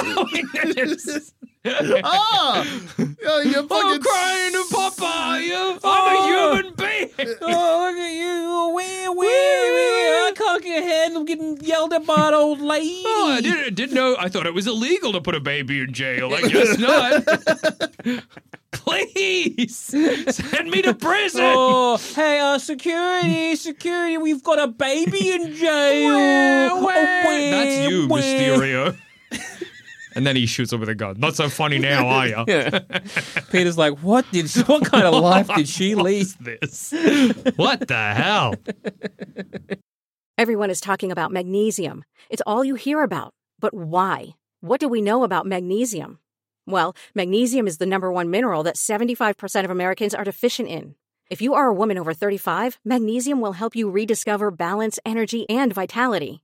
Speaker 1: Oh.
Speaker 2: you allowing this?
Speaker 3: ah, yeah, you're fucking
Speaker 2: Oh, crying to Papa, are you? I'm a human being.
Speaker 1: Oh, look at you. Wee, wee, wee. I can't get ahead. I'm getting yelled at by an old lady.
Speaker 2: Oh, I didn't, I didn't know. I thought it was illegal to put a baby in jail. I guess not. Please send me to prison.
Speaker 1: Oh, hey, uh, security, security, we've got a baby in jail. Oh,
Speaker 2: Wah, wah.
Speaker 1: wah,
Speaker 2: That's you,
Speaker 1: wah.
Speaker 2: Mysterio. and then he shoots him with a gun. Not so funny now, are you?
Speaker 1: Yeah. Peter's like, what did? She, what kind of life did she lead?
Speaker 2: This. What the hell?
Speaker 4: Everyone is talking about magnesium. It's all you hear about. But why? What do we know about magnesium? Well, magnesium is the number one mineral that 75% of Americans are deficient in. If you are a woman over 35, magnesium will help you rediscover balance, energy, and vitality.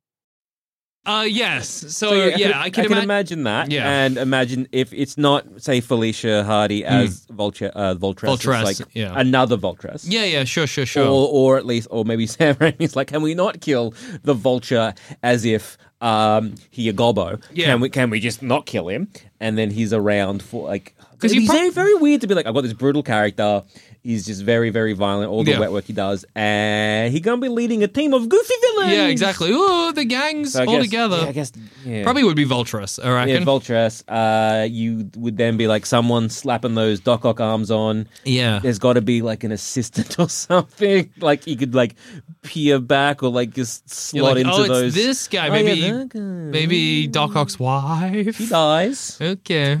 Speaker 2: Uh, yes. So, yeah, I can, imagine.
Speaker 1: imagine that.
Speaker 2: Yeah.
Speaker 1: And imagine if it's not, say, Felicia Hardy as Vulture, uh, Voltress. it's
Speaker 2: Voltress,
Speaker 1: like
Speaker 2: Hmm. yeah.
Speaker 1: another Voltress.
Speaker 2: yeah, yeah, sure, sure, sure.
Speaker 1: Or, or at least, or maybe Sam Raimi's like, can we not kill the vulture as if um, he a gobbo?
Speaker 2: Yeah.
Speaker 1: Can we? Can we just not kill him? And then he's around for like.
Speaker 2: 'Cause
Speaker 1: Because
Speaker 2: you
Speaker 1: he's
Speaker 2: prob-
Speaker 1: very, very weird to be like, I've got this brutal character. He's just very, very violent. All the
Speaker 2: Yeah.
Speaker 1: wet work he does, and he's gonna be leading a team of goofy villains.
Speaker 2: yeah, exactly. Oh, the gangs
Speaker 1: So I
Speaker 2: all
Speaker 1: guess-
Speaker 2: together.
Speaker 1: yeah, I guess. Yeah.
Speaker 2: Probably would be Voltress, I
Speaker 1: Yeah,
Speaker 2: reckon.
Speaker 1: Vulturess, uh, you would then be like someone slapping those Doc Ock arms on.
Speaker 2: Yeah.
Speaker 1: There's got to be like an assistant or something. Like you could like peer back or like just
Speaker 2: You're
Speaker 1: slot
Speaker 2: like,
Speaker 1: into
Speaker 2: oh, it's
Speaker 1: those.
Speaker 2: this guy.
Speaker 1: Oh, yeah,
Speaker 2: Maybe,
Speaker 1: that guy.
Speaker 2: maybe Doc Ock's wife.
Speaker 1: He dies.
Speaker 2: Okay.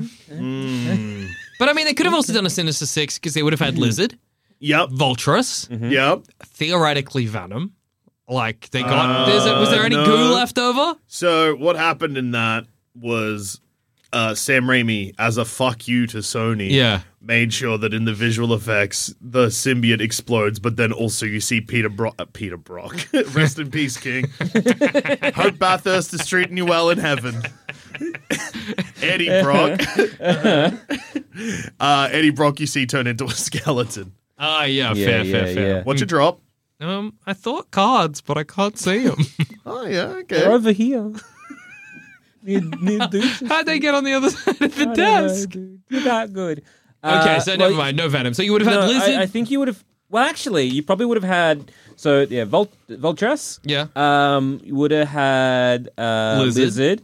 Speaker 2: But I mean, they could have also done a Sinister Six because they would have had Lizard,
Speaker 3: Yep.
Speaker 2: Voltress,
Speaker 3: Yep.
Speaker 2: theoretically Venom. Like they got. there's a, was there any
Speaker 3: no.
Speaker 2: goo left over?
Speaker 3: So what happened in that was uh, Sam Raimi, as a fuck you to Sony,
Speaker 2: Yeah.
Speaker 3: made sure that in the visual effects the symbiote explodes, but then also you see Peter Brock. Uh, Peter Brock, rest in peace, King. Hope Bathurst is treating you well in heaven. Eddie Brock. uh, Eddie Brock, you see turn into a skeleton.
Speaker 2: Ah, yeah,
Speaker 1: Yeah,
Speaker 2: fair, fair,
Speaker 1: yeah,
Speaker 2: fair.
Speaker 3: What's your drop?
Speaker 2: Um, I thought cards, but I can't see them.
Speaker 3: Oh yeah, okay.
Speaker 1: They're over here. near, near douches.
Speaker 2: How'd they get on the other side of the
Speaker 1: I don't know,
Speaker 2: desk?
Speaker 1: dude. You're that good.
Speaker 2: Okay,
Speaker 1: Uh,
Speaker 2: so
Speaker 1: well,
Speaker 2: never mind. No Venom. So you would have
Speaker 1: no,
Speaker 2: had Lizard.
Speaker 1: I, I think you would have. Well, actually, you probably would have had. So yeah, Vol- Voltress.
Speaker 2: yeah.
Speaker 1: Um, you would have had uh,
Speaker 2: Lizard.
Speaker 1: Lizard.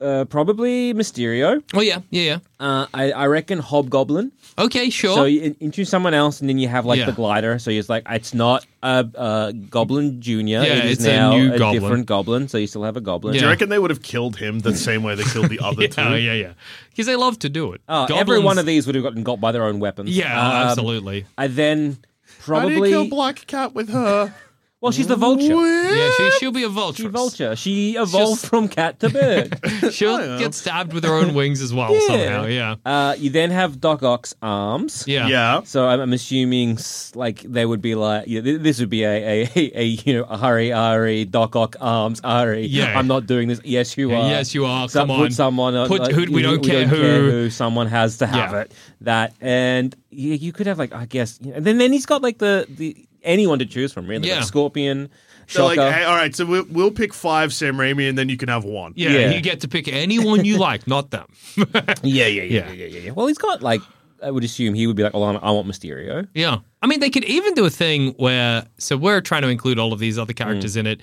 Speaker 1: Uh, probably Mysterio.
Speaker 2: oh, yeah, yeah,
Speaker 1: Uh, I, I reckon Hobgoblin.
Speaker 2: yeah. Okay, sure.
Speaker 1: Uh, So you in- introduce someone else, and then you have like
Speaker 2: Yeah.
Speaker 1: the glider. So it's like it's not a, a Goblin Junior.
Speaker 2: Yeah,
Speaker 1: it is
Speaker 2: it's a
Speaker 1: now
Speaker 2: new goblin.
Speaker 1: different Goblin. So you still have a Goblin.
Speaker 2: Yeah.
Speaker 3: Do you reckon they would have killed him the same way they killed the other two?
Speaker 2: oh, yeah, yeah. Because they love to do it.
Speaker 1: Oh, every one of these would have gotten got by their own weapons.
Speaker 2: Yeah,
Speaker 1: Um,
Speaker 2: absolutely.
Speaker 1: And then
Speaker 3: How do you kill
Speaker 1: probably
Speaker 3: Black Cat with her?
Speaker 1: well, she's the vulture.
Speaker 2: Yeah, she, she'll be a vulture.
Speaker 1: She vulture. She evolved
Speaker 2: just-
Speaker 1: from cat to bird.
Speaker 2: She'll get stabbed with her own wings as well somehow. Yeah.
Speaker 1: uh, you then have Doc Ock's arms.
Speaker 2: Yeah.
Speaker 3: Yeah.
Speaker 1: So I'm, I'm assuming s- like they would be like yeah, th- this would be a, a, a, a you know Ari Ari Doc Ock arms Ari.
Speaker 2: Yeah.
Speaker 1: I'm not doing this. Yes, you are.
Speaker 2: yes, you are.
Speaker 1: So
Speaker 2: Come
Speaker 1: put
Speaker 2: on.
Speaker 1: someone. on-
Speaker 2: Put-
Speaker 1: like,
Speaker 2: who-
Speaker 1: you-
Speaker 2: we don't care who.
Speaker 1: Someone has to have
Speaker 2: Yeah.
Speaker 1: it. That and you, you could have like I guess you know, and then then he's got like the the anyone to choose from really.
Speaker 2: Yeah.
Speaker 1: Like Scorpion,
Speaker 3: So
Speaker 1: Shocker.
Speaker 3: like, hey, all right, so we'll, we'll pick five Sam Raimi, and then you can have one.
Speaker 2: Yeah,
Speaker 1: Yeah.
Speaker 2: you get to pick anyone you like, not them.
Speaker 1: yeah, yeah,
Speaker 2: Yeah.
Speaker 1: yeah, yeah. Well, he's got like I would assume he would be like, well, I'm, I want Mysterio.
Speaker 2: Yeah. I mean, they could even do a thing where, so we're trying to include all of these other
Speaker 1: Mm.
Speaker 2: characters in it,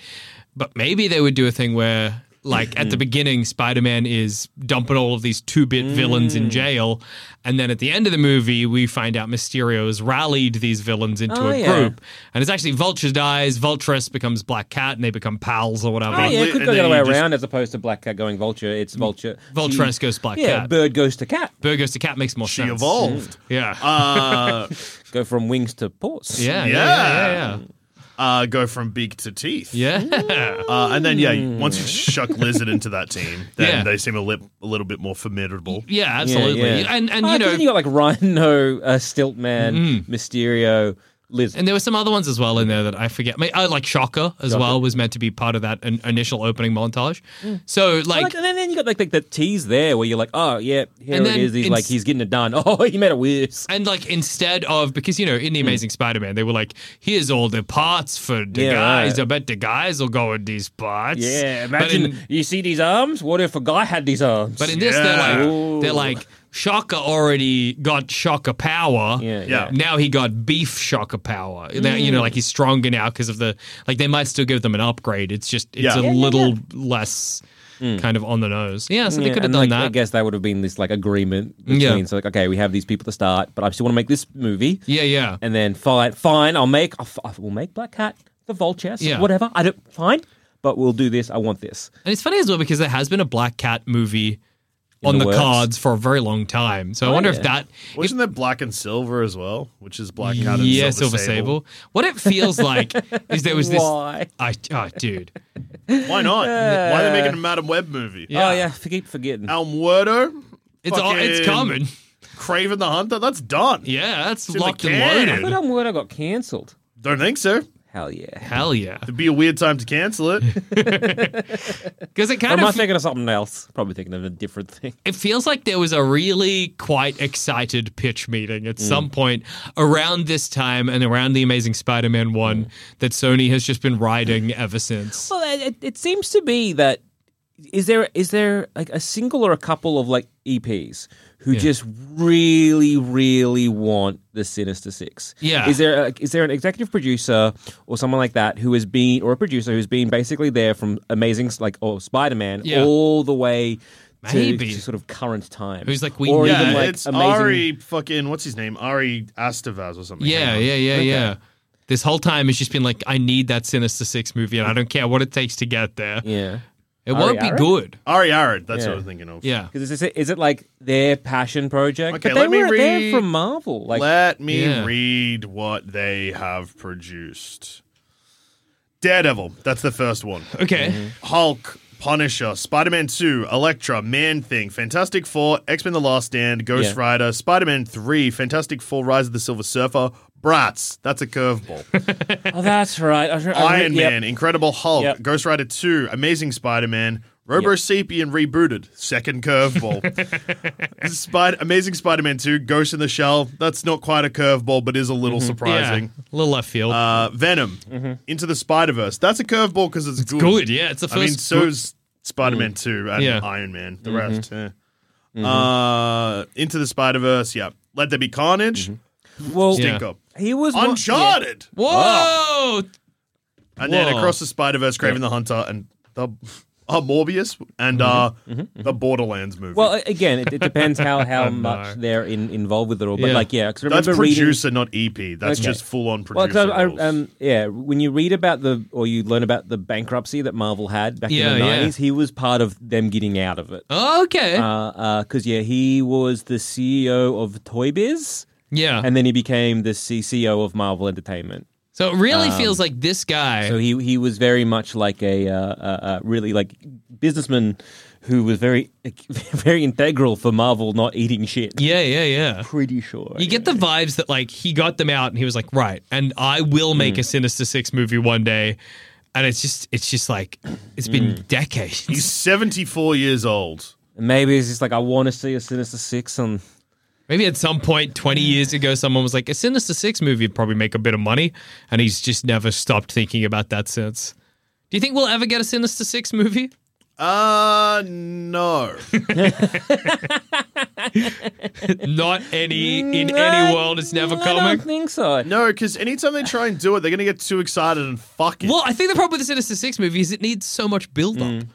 Speaker 2: but maybe they would do a thing where, like,
Speaker 1: Mm.
Speaker 2: at the beginning, Spider Man is dumping all of these two bit villains
Speaker 1: Mm.
Speaker 2: in jail. And then at the end of the movie, we find out Mysterio has rallied these villains into
Speaker 1: Oh,
Speaker 2: a
Speaker 1: yeah.
Speaker 2: group. And it's actually Vulture dies, Vultress becomes Black Cat, and they become pals or whatever.
Speaker 1: Oh, yeah, it
Speaker 3: And
Speaker 1: could go
Speaker 3: then
Speaker 1: the other way
Speaker 3: you just-
Speaker 1: around as opposed to Black Cat going Vulture.
Speaker 2: Mm.
Speaker 1: It's Vulture.
Speaker 2: Vultress
Speaker 1: She-
Speaker 2: goes Black
Speaker 1: yeah,
Speaker 2: Cat.
Speaker 1: bird goes to cat.
Speaker 2: Bird goes to Cat makes more
Speaker 3: She
Speaker 2: sense.
Speaker 3: evolved.
Speaker 2: Yeah.
Speaker 3: Uh,
Speaker 1: Go from wings to Ah, paws.
Speaker 2: yeah. Yeah.
Speaker 3: yeah.
Speaker 2: Yeah.
Speaker 3: uh, go from beak to teeth.
Speaker 2: Yeah. yeah.
Speaker 3: Uh, and then yeah, you- once you shuck Lizard into that team, then
Speaker 2: Yeah.
Speaker 3: they seem a, lip, a little bit more formidable.
Speaker 2: Yeah, absolutely.
Speaker 1: yeah.
Speaker 2: And and
Speaker 1: Ah, 'cause
Speaker 2: you know, Mm.
Speaker 1: then you got like Rhino, uh, Stiltman, Mysterio, Lizard.
Speaker 2: and there were some other ones as well in there that I forget. Ma- Oh, like Shocker as well was meant to be part of that in- initial opening montage. So
Speaker 1: Mm. Like,
Speaker 2: like,
Speaker 1: and then, then you got like, like the tease there where you're like, oh yeah, here
Speaker 2: And
Speaker 1: it
Speaker 2: then
Speaker 1: is. He's
Speaker 2: in-
Speaker 1: like he's getting it done. Oh, he made a whiz.
Speaker 2: and like instead of because you know in the
Speaker 1: Mm.
Speaker 2: Amazing Spider-Man they were like, here's all the parts for the
Speaker 1: Yeah,
Speaker 2: guys.
Speaker 1: right.
Speaker 2: I bet the guys will go with these parts.
Speaker 1: Yeah,
Speaker 2: But in-
Speaker 1: imagine you see these arms. What if a guy had these arms?
Speaker 2: But in this,
Speaker 3: Yeah.
Speaker 2: they're like
Speaker 1: Ooh.
Speaker 2: they're like Shocker already got Shocker power.
Speaker 1: Yeah, yeah.
Speaker 2: Now he got beef Shocker power. Now, you know, like he's stronger now because of the like. They might still give them an upgrade. It's just it's
Speaker 3: Yeah.
Speaker 2: a
Speaker 3: Yeah, yeah,
Speaker 2: little less kind of on the nose. Yeah, so they
Speaker 1: Mm. Yeah,
Speaker 2: could have
Speaker 1: and,
Speaker 2: done
Speaker 1: like, I
Speaker 2: that.
Speaker 1: guess that would have been this like agreement between.
Speaker 2: Yeah.
Speaker 1: So like, okay, we have these people to start, but I still want to make this movie.
Speaker 2: Yeah, yeah.
Speaker 1: and then fine, fine, I'll make, I'll, f- we'll make Black Cat, the Vulture,
Speaker 2: Yeah.
Speaker 1: whatever. I don't, fine, but we'll do this. I want this.
Speaker 2: And it's funny as well because there has been a Black Cat movie
Speaker 1: in
Speaker 2: on the,
Speaker 1: works.
Speaker 2: cards for a very long time.
Speaker 3: Oh,
Speaker 2: So I wonder if that
Speaker 3: Wasn't there black and silver as well, which is black cat and
Speaker 2: yeah, Silver
Speaker 3: silver,
Speaker 2: Sable. What it feels like is there was this.
Speaker 1: Why?
Speaker 2: I, oh, dude.
Speaker 3: Why not? Why are they making a Madam Web movie?
Speaker 2: Yeah.
Speaker 1: Oh yeah, for- keep forgetting.
Speaker 3: Elm Werdo,
Speaker 2: It's all, it's
Speaker 3: Fucking-
Speaker 2: coming.
Speaker 3: Craven the Hunter, that's done.
Speaker 2: Yeah, that's
Speaker 3: in the
Speaker 2: locked and
Speaker 3: can.
Speaker 2: loaded.
Speaker 1: But I'm worried I got cancelled.
Speaker 3: Don't think so.
Speaker 1: Hell yeah.
Speaker 2: Hell yeah.
Speaker 3: It'd be a weird time to cancel it.
Speaker 2: Because it
Speaker 1: Or
Speaker 2: kind
Speaker 1: am I
Speaker 2: of
Speaker 1: thinking of something else? Probably thinking of a different thing.
Speaker 2: it feels like there was a really quite excited pitch meeting at some point around this time and around the Amazing Spider-Man one that Sony has just been riding ever since.
Speaker 1: Well, it, it, it seems to be that is there is there like a single or a couple of like EPs who just really really want the Sinister Six?
Speaker 2: Yeah.
Speaker 1: Is there like, is there an executive producer or someone like that who has been or a producer who's been basically there from Amazing like or Spider Man
Speaker 2: Yeah.
Speaker 1: all the way. To,
Speaker 2: Maybe.
Speaker 1: to sort of current time.
Speaker 2: Who's like, we
Speaker 1: or
Speaker 2: need-
Speaker 1: even
Speaker 3: yeah,
Speaker 1: like
Speaker 3: it's
Speaker 1: amazing.
Speaker 3: Ari fucking what's his name? Ari Astavaz or something.
Speaker 2: Yeah,
Speaker 3: Hang on.
Speaker 2: yeah, yeah, yeah. This whole time it's just been like, I need that Sinister Six movie, and I don't care what it takes to get there.
Speaker 1: Yeah,
Speaker 2: It won't be
Speaker 1: Arad?
Speaker 2: good.
Speaker 3: Ari Arad, that's
Speaker 1: Yeah.
Speaker 3: what I'm thinking of.
Speaker 2: Yeah.
Speaker 1: because is it, is it like their passion project?
Speaker 3: Okay,
Speaker 1: but they
Speaker 3: let me
Speaker 1: were
Speaker 3: read-
Speaker 1: there from Marvel. Like,
Speaker 3: Let me
Speaker 2: Yeah.
Speaker 3: read what they have produced. Daredevil, that's the first one.
Speaker 2: Okay.
Speaker 3: Mm-hmm. Hulk, Punisher, Spider Man 2, Elektra, Man Thing, Fantastic Four, X Men The Last Stand, Ghost
Speaker 1: Yeah.
Speaker 3: Rider, Spider Man 3, Fantastic Four, Rise of the Silver Surfer, Bratz, that's a curveball.
Speaker 1: oh, that's right. I, re- I re-
Speaker 3: Iron
Speaker 1: yep.
Speaker 3: Man, Incredible Hulk,
Speaker 1: Yep.
Speaker 3: Ghost Rider 2, Amazing Spider Man, Robo
Speaker 1: Yep.
Speaker 3: Sapien rebooted, second curveball. Spider- Amazing Spider Man 2, Ghost in the Shell, that's not quite a curveball, but is a
Speaker 1: Mm-hmm.
Speaker 3: little
Speaker 2: Yeah.
Speaker 3: surprising.
Speaker 2: A little left field.
Speaker 3: Uh, Venom, Into the Spider Verse, that's a curveball because it's, good.
Speaker 2: good, yeah. It's the
Speaker 3: I
Speaker 2: first
Speaker 3: mean,
Speaker 2: good-
Speaker 3: so's Spider Man 2 and
Speaker 2: Yeah.
Speaker 3: Iron Man,
Speaker 1: Mm-hmm.
Speaker 3: the rest. eh. Uh, Into the Spider Verse, yeah. Let There Be Carnage,
Speaker 1: Mm-hmm. Well,
Speaker 2: Yeah.
Speaker 3: Dinko.
Speaker 1: he was one-
Speaker 3: Uncharted!
Speaker 2: Whoa!
Speaker 3: And then
Speaker 2: Whoa.
Speaker 3: across the Spider Verse, Craven the Hunter, and the uh, Morbius, and uh,
Speaker 2: Mm-hmm.
Speaker 3: the Borderlands movie.
Speaker 1: Well, a- again, it, it depends how, how
Speaker 2: know.
Speaker 1: much they're in, involved with it all. But
Speaker 2: Yeah.
Speaker 1: like, yeah, 'cause I
Speaker 3: Oh, that's
Speaker 1: remember reading.
Speaker 3: producer, not EP. That's
Speaker 1: Okay.
Speaker 3: just full on
Speaker 1: Well,
Speaker 3: producer.
Speaker 1: 'cause I, I-
Speaker 3: roles.
Speaker 1: um, yeah, when you read about the or you learn about the bankruptcy that Marvel had back in
Speaker 2: Yeah,
Speaker 1: the
Speaker 2: yeah.
Speaker 1: nineties, he was part of them getting out of it.
Speaker 2: Oh, okay.
Speaker 1: Because uh 'cause yeah, he was the CEO of Toy Biz,
Speaker 2: yeah.
Speaker 1: and then he became the CCO of Marvel Entertainment.
Speaker 2: so it really feels like this guy.
Speaker 1: So he he was very much like a uh, uh, uh, really like businessman who was very very integral for Marvel not eating shit.
Speaker 2: yeah, yeah, yeah.
Speaker 1: Pretty sure.
Speaker 2: You get the vibes that like he got them out and he was like, right, and I will make
Speaker 1: Mm.
Speaker 2: a Sinister Six movie one day. And it's just it's just like it's been
Speaker 1: Mm.
Speaker 2: decades.
Speaker 3: He's 74 years old.
Speaker 1: Maybe it's just like I want to see a Sinister Six on.
Speaker 2: Maybe at some point 20 years ago, someone was like, a Sinister Six movie would probably make a bit of money. And he's just never stopped thinking about that since. Do you think we'll ever get a Sinister Six movie?
Speaker 3: Uh, no.
Speaker 2: Not any, in any world, it's never
Speaker 1: I
Speaker 2: coming.
Speaker 1: don't think so.
Speaker 3: no, because anytime they try and do it, they're going to get too excited and fuck it.
Speaker 2: Well, I think the problem with the Sinister Six movie is it needs so much build up to,
Speaker 1: Mm.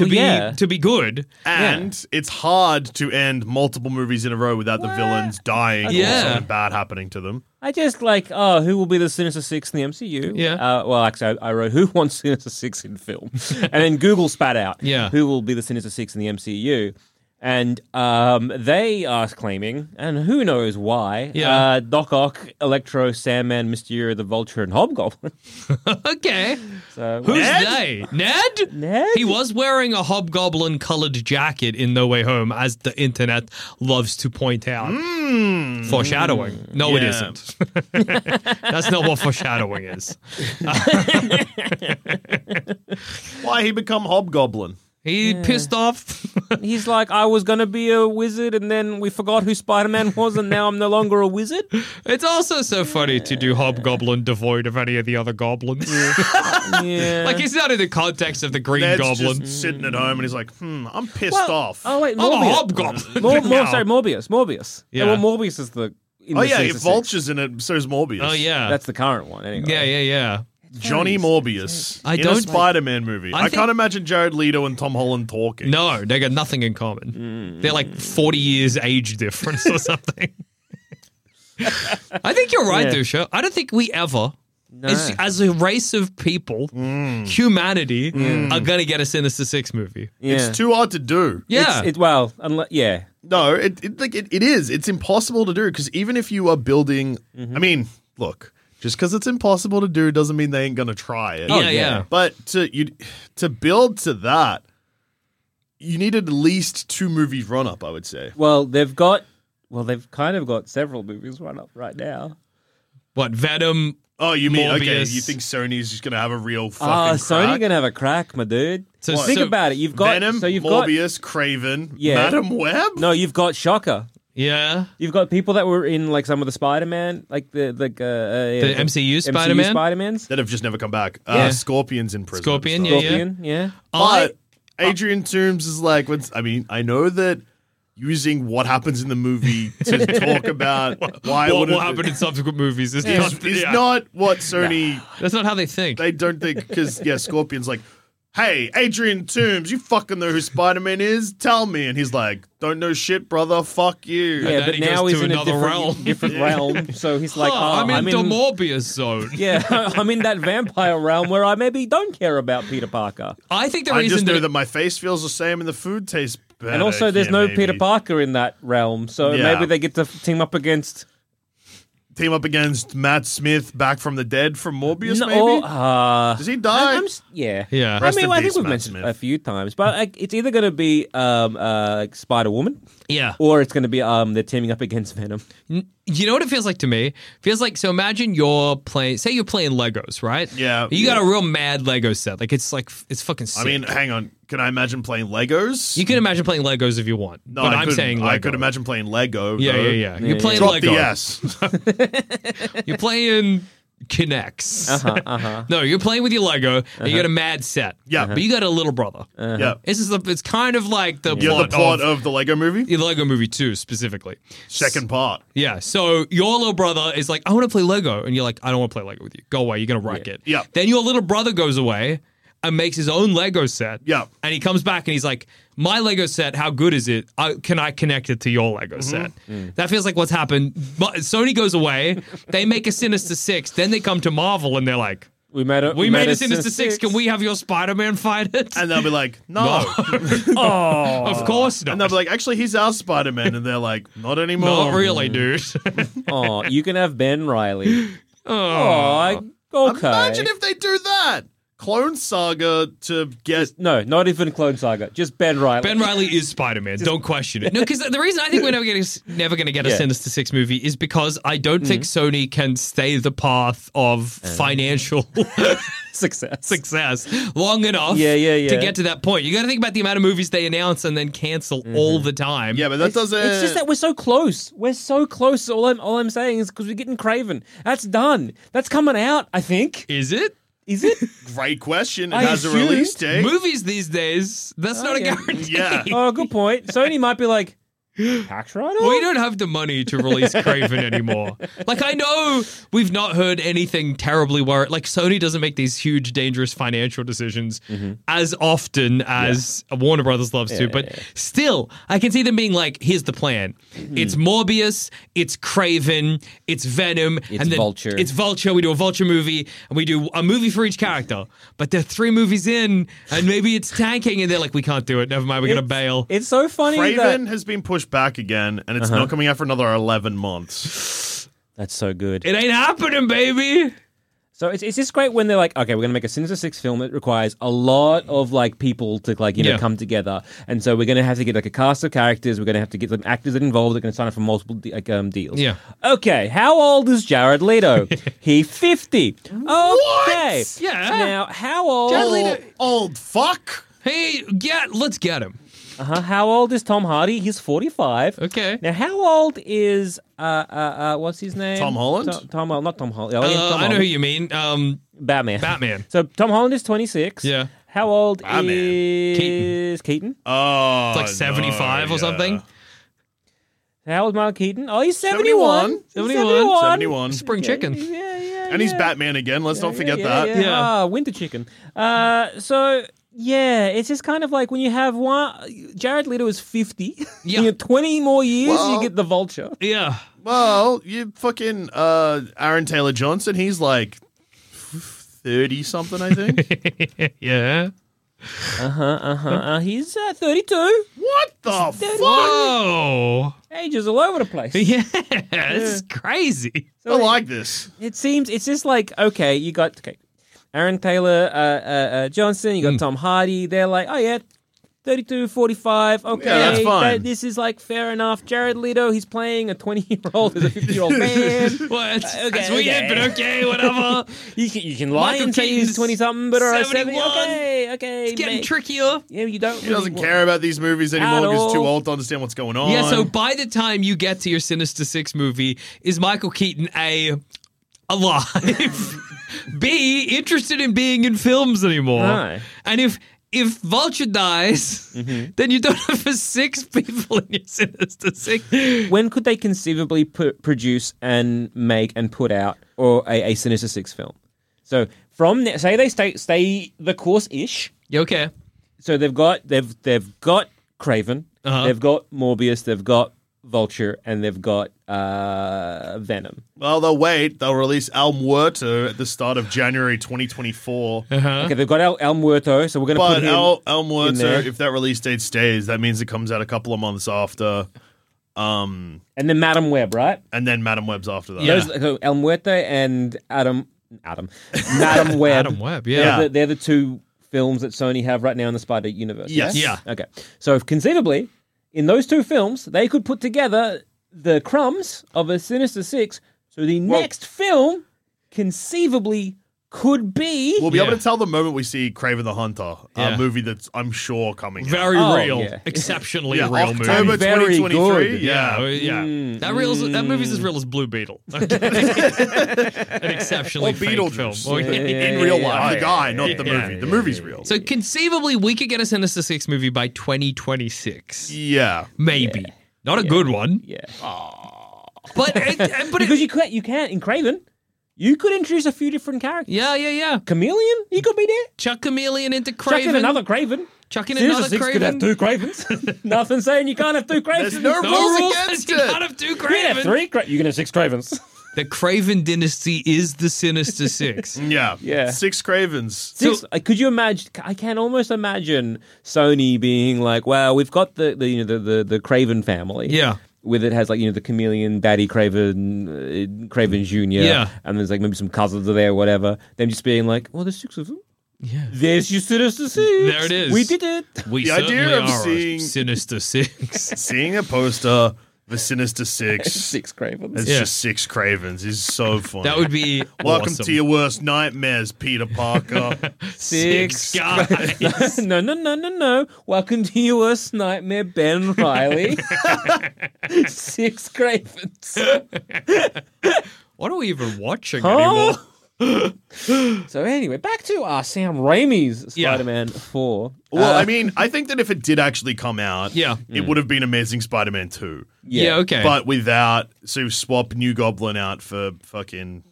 Speaker 1: Well,
Speaker 2: be,
Speaker 1: yeah.
Speaker 2: to be good.
Speaker 3: And it's hard to end multiple movies in a row without the villains dying
Speaker 2: Yeah.
Speaker 3: or something bad happening to them.
Speaker 1: I just like oh, who will be the Sinister Six in the MCU?
Speaker 2: Yeah.
Speaker 1: Uh, well, actually, I, I wrote who wants Sinister Six in film, and then Google spat out
Speaker 2: Yeah.
Speaker 1: who will be the Sinister Six in the MCU. And um, they are claiming, and who knows why,
Speaker 2: Yeah.
Speaker 1: uh, Doc Ock, Electro, Sandman, Mysterio, the Vulture, and Hobgoblin.
Speaker 2: Okay.
Speaker 1: So,
Speaker 2: Who's
Speaker 3: Ned?
Speaker 2: they? Ned?
Speaker 1: Ned?
Speaker 2: He was wearing a hobgoblin colored jacket in No Way Home, as the internet loves to point out. Foreshadowing. No, it
Speaker 3: Hmm. Yeah.
Speaker 2: isn't. That's not what foreshadowing is.
Speaker 3: Why he become Hobgoblin?
Speaker 2: He pissed off.
Speaker 1: He's like, I was going to be a wizard, and then we forgot who Spider Man was, and now I'm no longer a wizard.
Speaker 2: it's also so funny to do hobgoblin devoid of any of the other goblins.
Speaker 1: Yeah.
Speaker 2: like, it's not in the context of the Green
Speaker 3: Ned's
Speaker 2: Goblin.
Speaker 3: just sitting at home and he's like, hmm, I'm pissed
Speaker 1: Well,
Speaker 3: off.
Speaker 1: Oh wait,
Speaker 2: I'm a
Speaker 1: Morbius.
Speaker 2: hobgoblin.
Speaker 1: Mor- Mor-
Speaker 2: now.
Speaker 1: sorry, Morbius. Morbius.
Speaker 2: Yeah.
Speaker 1: Yeah. Well, Morbius is the. In
Speaker 3: Oh
Speaker 1: the
Speaker 3: yeah,
Speaker 1: Sinister
Speaker 3: if
Speaker 1: Six.
Speaker 3: Vulture's in it, so's Morbius.
Speaker 2: Oh, yeah.
Speaker 1: That's the current one, anyway.
Speaker 2: yeah, yeah, yeah.
Speaker 3: Johnny Morbius
Speaker 2: I
Speaker 3: in
Speaker 2: don't-
Speaker 3: a Spider-Man movie.
Speaker 2: I
Speaker 3: I,
Speaker 2: think-
Speaker 3: can't imagine Jared Leto and Tom Holland talking.
Speaker 2: No, they got nothing in common. They're like 40 years age difference or something. I think you're right,
Speaker 1: Yeah.
Speaker 2: Dusha. I don't think we ever
Speaker 1: No.
Speaker 2: As, as a race of people, humanity are going to get a Sinister Six movie.
Speaker 1: yeah.
Speaker 3: It's too hard to do.
Speaker 2: Yeah.
Speaker 1: It's- it, well, unle- yeah.
Speaker 3: No, it, it like it, it is. It's impossible to do because even if you are building,
Speaker 1: Mm-hmm.
Speaker 3: I mean, look, just because it's impossible to do doesn't mean they ain't gonna try it.
Speaker 2: Oh, yeah, yeah.
Speaker 3: But to you to build to that, you need at least two movies run up. I would say.
Speaker 1: Well, they've got. Well, they've kind of got several movies run up right now.
Speaker 2: What, Venom?
Speaker 3: Oh, you mean okay?
Speaker 2: Morbius.
Speaker 3: You think Sony's just gonna have a real fucking
Speaker 1: Ah,
Speaker 3: crack?
Speaker 1: Sony gonna have a crack, my dude.
Speaker 2: So-
Speaker 1: think
Speaker 2: so-
Speaker 1: about it. You've got
Speaker 3: Venom,
Speaker 1: so you've got
Speaker 3: Morbius, Craven,
Speaker 1: Yeah.
Speaker 3: Madam Web.
Speaker 1: no, you've got Shocker.
Speaker 2: Yeah.
Speaker 1: You've got people that were in like some of the Spider-Man, like the like uh, uh, yeah,
Speaker 2: The MCU Spider-Man?
Speaker 1: Spider-Mans,
Speaker 3: That have just never come back. Uh,
Speaker 2: Yeah.
Speaker 3: Scorpion's in prison. and
Speaker 2: Scorpion,
Speaker 3: stuff.
Speaker 2: yeah.
Speaker 1: Scorpion, yeah.
Speaker 2: I-
Speaker 3: But Adrian Toomes is like, what's, I mean, I know that using what happens in the movie to talk about why
Speaker 2: what
Speaker 3: would
Speaker 2: will happen in subsequent movies is
Speaker 3: is,
Speaker 2: not,
Speaker 3: is
Speaker 2: yeah.
Speaker 3: not what Sony.
Speaker 2: That's not how they think.
Speaker 3: They don't think because yeah, Scorpion's like. Hey, Adrian Toomes, you fucking know who Spider Man is? Tell me. And he's like, don't know shit, brother. Fuck you.
Speaker 1: Yeah,
Speaker 2: then
Speaker 1: but
Speaker 2: he
Speaker 1: now
Speaker 2: goes
Speaker 1: he's
Speaker 2: to
Speaker 1: in a
Speaker 2: another
Speaker 1: different
Speaker 2: realm.
Speaker 1: different realm. So he's like,
Speaker 2: Huh,
Speaker 1: oh,
Speaker 2: I'm in the Morbius zone.
Speaker 1: Yeah, I'm in that vampire realm where I maybe don't care about Peter Parker.
Speaker 2: I think the
Speaker 3: I
Speaker 2: reason
Speaker 3: just know
Speaker 2: that
Speaker 3: that my face feels the same and the food tastes better.
Speaker 1: And also, there's
Speaker 3: Yeah,
Speaker 1: no
Speaker 3: maybe.
Speaker 1: Peter Parker in that realm, so
Speaker 3: Yeah.
Speaker 1: maybe they get to f- team up against.
Speaker 3: Team up against Matt Smith back from the dead from Morbius,
Speaker 1: No,
Speaker 3: maybe?
Speaker 1: uh,
Speaker 3: Does he die?
Speaker 1: I'm- I'm s- yeah, I
Speaker 2: Yeah. Rest
Speaker 1: mean,
Speaker 3: in
Speaker 1: I
Speaker 3: peace,
Speaker 1: think we've
Speaker 3: Matt
Speaker 1: mentioned
Speaker 3: Smith.
Speaker 1: it a few times, but like, it's either going to be um, uh, like Spider Woman,
Speaker 2: yeah.
Speaker 1: or it's going to be um, they're teaming up against Venom.
Speaker 2: You know what it feels like to me? feels like so imagine you're playing say you're playing Legos, right?
Speaker 3: Yeah.
Speaker 2: You got a real mad Lego set. Like it's like it's fucking sick.
Speaker 3: I mean, hang on. Can I imagine playing Legos?
Speaker 2: you can imagine playing Legos if you want.
Speaker 3: no,
Speaker 2: but
Speaker 3: I
Speaker 2: I'm
Speaker 3: couldn't.
Speaker 2: saying Lego.
Speaker 3: I could imagine playing Lego.
Speaker 2: Yeah,
Speaker 3: though.
Speaker 2: yeah, yeah. You're playing
Speaker 3: Drop
Speaker 2: Lego.
Speaker 3: the S.
Speaker 2: You're playing Kinex.
Speaker 1: Uh-huh, uh-huh.
Speaker 2: no, you're playing with your Lego and you got a mad set.
Speaker 3: Yeah.
Speaker 2: But you got a little brother.
Speaker 3: yeah.
Speaker 2: This is the it's kind of like the
Speaker 3: You're the
Speaker 2: plot,
Speaker 3: plot
Speaker 2: of,
Speaker 3: of the Lego movie?
Speaker 2: the Lego movie 2 specifically.
Speaker 3: Second part.
Speaker 2: Yeah. So your little brother is like, I want to play Lego. And you're like, I don't want to play Lego with you. Go away. You're going to wreck it.
Speaker 3: Yeah.
Speaker 2: Then your little brother goes away and makes his own Lego set.
Speaker 3: Yeah.
Speaker 2: And he comes back and he's like, My Lego set, how good is it? I, can I connect it to your Lego
Speaker 3: Mm-hmm.
Speaker 2: set?
Speaker 3: Mm.
Speaker 2: That feels like what's happened. But Sony goes away. they make a Sinister Six. Then they come to Marvel and they're like,
Speaker 1: We made a
Speaker 2: We, made a Sinister Six. Can we have your Spider Man fight it?
Speaker 3: And they'll be like, no.
Speaker 1: Oh,
Speaker 2: of course not.
Speaker 3: and they'll be like, actually, he's our Spider Man. And they're like, not anymore.
Speaker 2: not really, dude.
Speaker 1: oh, you can have Ben Riley. Oh, okay.
Speaker 3: Imagine if they do that. Clone Saga to get.
Speaker 1: No, not even Clone Saga. Just Ben Riley.
Speaker 2: Ben Riley is Spider Man. Don't question it. No, because the reason I think we're never going to never going to get a
Speaker 1: Yeah.
Speaker 2: Sinister Six movie is because I don't think Sony can stay the path of financial
Speaker 1: success.
Speaker 2: success long enough.
Speaker 1: Yeah, yeah, yeah.
Speaker 2: To get to that point, you got to think about the amount of movies they announce and then cancel all the time.
Speaker 3: Yeah, but that doesn't.
Speaker 1: It's just that we're so close. We're so close. All I'm all I'm saying is because we're getting Craven. That's done. That's coming out. I think.
Speaker 2: is it?
Speaker 1: Is it?
Speaker 3: great question. It
Speaker 1: I
Speaker 3: has a
Speaker 1: assumed-
Speaker 3: release date.
Speaker 2: Movies these days, that's not
Speaker 1: yeah.
Speaker 2: a guarantee.
Speaker 3: Yeah.
Speaker 1: oh, good point. Sony might be like tax write
Speaker 2: We
Speaker 1: off.
Speaker 2: don't have the money to release Craven anymore. Like I know we've not heard anything terribly worried. Like Sony doesn't make these huge, dangerous financial decisions
Speaker 1: Mm-hmm.
Speaker 2: as often as Warner Brothers loves to. But still, I can see them being like, "Here's the plan:
Speaker 1: Mm-hmm.
Speaker 2: it's Morbius, it's Craven, it's Venom, and then
Speaker 1: Vulture.
Speaker 2: It's Vulture. We do a Vulture movie, and we do a movie for each character. But they're three movies in, and maybe it's tanking, and they're like, "We can't do it. Never mind. We're gonna bail."
Speaker 1: It's so funny
Speaker 3: Craven
Speaker 1: that Uh-huh.
Speaker 3: has been pushed back again, and it's not coming out for another 11 months.
Speaker 1: that's so good.
Speaker 2: it ain't happening, baby.
Speaker 1: So it's it's just great when they're like, okay, we're gonna make a Sinister Six film. It requires a lot of like people to like you know
Speaker 2: Yeah.
Speaker 1: come together, and so we're gonna have to get like a cast of characters. We're gonna have to get some actors involved. They're gonna sign up for multiple de- like, um, deals.
Speaker 2: Yeah.
Speaker 1: Okay, how old is Jared Leto? he fifty. Okay.
Speaker 2: Yeah.
Speaker 1: Now how old?
Speaker 3: Old, Oh, old fuck.
Speaker 2: Hey, get let's get him.
Speaker 1: Uh-huh. How old is Tom Hardy? He's forty-five.
Speaker 2: Okay.
Speaker 1: Now how old is uh uh, uh what's his name?
Speaker 3: Tom Holland?
Speaker 1: Tom, Tom Holland, not Tom Holland. Oh, yeah,
Speaker 2: Uh,
Speaker 1: Tom
Speaker 2: I know
Speaker 1: Holland.
Speaker 2: who you mean. Um,
Speaker 1: Batman.
Speaker 2: Batman.
Speaker 1: So Tom Holland is 26.
Speaker 2: Yeah.
Speaker 1: How old
Speaker 3: Batman.
Speaker 1: is Keaton?
Speaker 3: Oh,
Speaker 2: it's like seventy five or something.
Speaker 1: How old is Mark Keaton? Oh, he's 71.
Speaker 2: 71.
Speaker 3: 71.
Speaker 2: Spring chicken.
Speaker 1: Yeah, yeah.
Speaker 3: And he's Batman again. Let's not forget
Speaker 1: yeah,
Speaker 3: that.
Speaker 1: Yeah.
Speaker 2: Yeah.
Speaker 1: Ah, winter chicken. Uh, so yeah, it's just kind of like when you have one. Jared Leto is 50.
Speaker 2: Yeah.
Speaker 1: You have 20 more years,
Speaker 3: Well-
Speaker 1: you get the vulture.
Speaker 2: Yeah.
Speaker 3: Well, you fucking uh, Aaron Taylor Johnson, he's like thirty something, I think.
Speaker 2: yeah.
Speaker 1: Uh-huh, uh, he's uh, 32.
Speaker 3: what the fuck?
Speaker 2: Whoa.
Speaker 1: Ages all over the place.
Speaker 2: Yeah, this is crazy.
Speaker 3: I don't like this.
Speaker 1: It seems it's just like okay, you got okay, Aaron Taylor uh, uh, uh, Johnson, you got Tom Hardy. They're like, oh yeah, 32, 45. Okay,
Speaker 3: that's fine.
Speaker 1: that- this is like fair enough. Jared Leto, he's playing a twenty year old as a fifty year old man.
Speaker 2: Well, it's,
Speaker 1: Uh, okay,
Speaker 2: it's weird,
Speaker 1: okay.
Speaker 2: but okay, whatever.
Speaker 1: You can, you can lie
Speaker 2: Michael
Speaker 1: and say he's
Speaker 2: Keaton's
Speaker 1: twenty something, but alright, seventy.
Speaker 2: 71.
Speaker 1: Okay, okay,
Speaker 2: It's getting
Speaker 1: mate.
Speaker 2: trickier.
Speaker 1: Yeah, you don't.
Speaker 3: He doesn't care about these movies anymore because he's too
Speaker 1: all.
Speaker 3: old to understand what's going on.
Speaker 2: Yeah, so by the time you get to your Sinister Six movie, is Michael Keaton A alive? B interested in being in films anymore?
Speaker 1: No.
Speaker 2: And if if Vulture dies, then you don't have six people in your Sinister Six.
Speaker 1: When could they conceivably pu- produce and make and put out or a, a Sinister Six film? So from ne- say they stay stay the course ish.
Speaker 2: You okay?
Speaker 1: so they've got they've they've got Craven,
Speaker 2: Uh-huh.
Speaker 1: they've got Morbius, they've got Vulture, and they've got uh, Venom.
Speaker 3: well, they'll wait. They'll release El Muerto at the start of January 2024.
Speaker 2: Uh-huh.
Speaker 1: Okay, they've got El, El Muerto, so we're going to put
Speaker 3: But
Speaker 1: him.
Speaker 3: El, El Muerto,
Speaker 1: there.
Speaker 3: if that release date stays, that means it comes out a couple of months after, um,
Speaker 1: and then Madam Web, right?
Speaker 3: and then Madam Web's after that.
Speaker 1: Those, so El Muerto and Adam Adam Madam Web.
Speaker 2: Adam Webb,
Speaker 1: They're,
Speaker 2: yeah.
Speaker 1: the, they're the two films that Sony have right now in the Spider Universe.
Speaker 3: Yes.
Speaker 1: yeah? Okay. So if conceivably, in those two films, they could put together the crumbs of a Sinister Six. So the next film conceivably could be
Speaker 3: We'll be
Speaker 2: Yeah.
Speaker 3: able to tell the moment we see Craven the Hunter,
Speaker 2: Yeah.
Speaker 3: a movie that's I'm sure coming. out.
Speaker 2: Very
Speaker 1: Oh,
Speaker 2: real,
Speaker 1: yeah.
Speaker 2: exceptionally
Speaker 3: yeah,
Speaker 2: real
Speaker 3: October
Speaker 2: movie.
Speaker 1: Very
Speaker 3: 2023.
Speaker 1: good.
Speaker 3: Yeah. Mm.
Speaker 2: Yeah, oh, yeah. That real, that movie's as real as Blue Beetle. An exceptionally
Speaker 3: Or
Speaker 2: fake film. Oh,
Speaker 3: Beetlejuice.
Speaker 2: Or-
Speaker 3: in real
Speaker 1: yeah,
Speaker 3: life,
Speaker 1: yeah,
Speaker 3: the guy, not the
Speaker 2: yeah,
Speaker 3: movie. the movie's real.
Speaker 2: So conceivably, we could get a Sinister Six movie by 2026,
Speaker 3: yeah.
Speaker 2: maybe. Not a good one,
Speaker 1: yeah.
Speaker 2: but it, it- but
Speaker 1: Because
Speaker 2: it,
Speaker 1: you could you can in Craven, you could introduce a few different characters.
Speaker 2: yeah, yeah, yeah.
Speaker 1: Chameleon, he could be there.
Speaker 2: Chuck Chameleon into
Speaker 1: Chuck
Speaker 2: Craven.
Speaker 1: in another Craven.
Speaker 2: Chuck in
Speaker 1: Sinister
Speaker 2: another
Speaker 1: Six could
Speaker 2: Craven.
Speaker 1: have two Cravens. Nothing saying you can't have two Cravens.
Speaker 3: There's no
Speaker 2: no
Speaker 3: rules
Speaker 2: rules
Speaker 3: against
Speaker 2: you
Speaker 3: it.
Speaker 2: can't have two
Speaker 1: You can
Speaker 2: Craven.
Speaker 1: have three. Cra- you can have six Cravens.
Speaker 2: The Craven dynasty is the Sinister Six.
Speaker 3: Yeah.
Speaker 1: Yeah.
Speaker 3: Six Cravens.
Speaker 1: Six. uh, could you imagine? I can almost imagine Sony being like, "Well, we've got the, the you know the, the the Craven family.
Speaker 2: Yeah.
Speaker 1: With it has like you know the chameleon, Batty Craven, uh, Craven Junior.
Speaker 2: Yeah.
Speaker 1: And there's like maybe some cousins are there, whatever. Them just being like, "Well, there's six of them. Yeah. There's your Sinister Six.
Speaker 2: There it is.
Speaker 1: We did it.
Speaker 2: We
Speaker 3: The idea
Speaker 2: certainly
Speaker 3: of
Speaker 2: are a
Speaker 3: seeing-
Speaker 2: Sinister Six.
Speaker 3: Seeing a poster, The Sinister Six.
Speaker 1: Six Cravens.
Speaker 3: It's
Speaker 2: Yeah.
Speaker 3: just six Cravens. Is so funny.
Speaker 2: That would be
Speaker 3: Welcome
Speaker 2: awesome.
Speaker 3: to your worst nightmares, Peter Parker.
Speaker 2: six guys.
Speaker 1: no, no, no, no, no. Welcome to your worst nightmare, Ben Riley. Six Cravens.
Speaker 2: What are we even watching
Speaker 1: Huh?
Speaker 2: anymore?
Speaker 1: Oh! So anyway, back to our Sam Raimi's
Speaker 2: Yeah.
Speaker 1: Spider-Man Four.
Speaker 3: well, I mean, I think that if it did actually come out,
Speaker 2: Uh, Yeah.
Speaker 3: it would have been Amazing Spider-Man 2.
Speaker 2: Yeah, okay.
Speaker 3: But without, so swap New Goblin out for fucking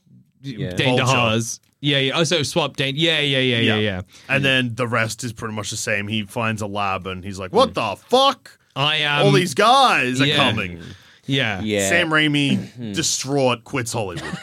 Speaker 2: Dane
Speaker 3: Vulture.
Speaker 2: DeHaas. Yeah, yeah. Oh, so swap Dane. Yeah, yeah, yeah, yeah, yeah.
Speaker 3: And then the rest is pretty much the same. He finds a lab and he's like, "What the fuck?
Speaker 2: I am.
Speaker 3: All these guys are
Speaker 2: Hmm. Um, yeah.
Speaker 3: coming."
Speaker 2: Yeah.
Speaker 1: yeah, Hmm.
Speaker 3: Sam Raimi, distraught, quits Hollywood.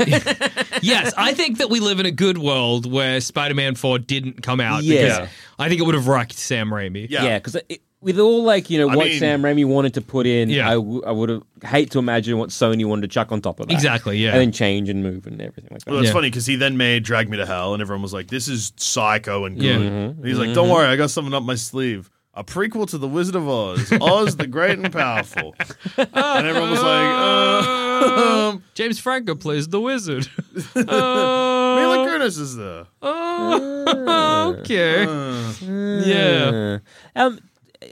Speaker 2: yes, I think that we live in a good world where Spider Man 4 didn't come out
Speaker 1: Yeah.
Speaker 2: because I think it would have wrecked Sam Raimi.
Speaker 3: Yeah.
Speaker 1: yeah, because with all like you know
Speaker 3: I
Speaker 1: what
Speaker 3: mean-
Speaker 1: Sam Raimi wanted to put in,
Speaker 2: Yeah.
Speaker 1: I, w- I would have hate to imagine what Sony wanted to chuck on top of that.
Speaker 2: Exactly, yeah.
Speaker 1: and then change and move and everything like that.
Speaker 3: Well, it's
Speaker 2: Yeah.
Speaker 3: funny because he then made Drag Me to Hell, and everyone was like, "This is psycho and good."
Speaker 2: Yeah.
Speaker 1: Mm-hmm.
Speaker 3: And he's like, "Don't worry, I got something up my sleeve." A prequel to The Wizard of Oz, Oz the Great and Powerful, and everyone was like, uh, um,
Speaker 2: James Franco plays the wizard.
Speaker 3: "Mila
Speaker 2: oh,
Speaker 3: Kunis is there."
Speaker 2: okay.
Speaker 3: Uh,
Speaker 2: yeah.
Speaker 1: Uh, um,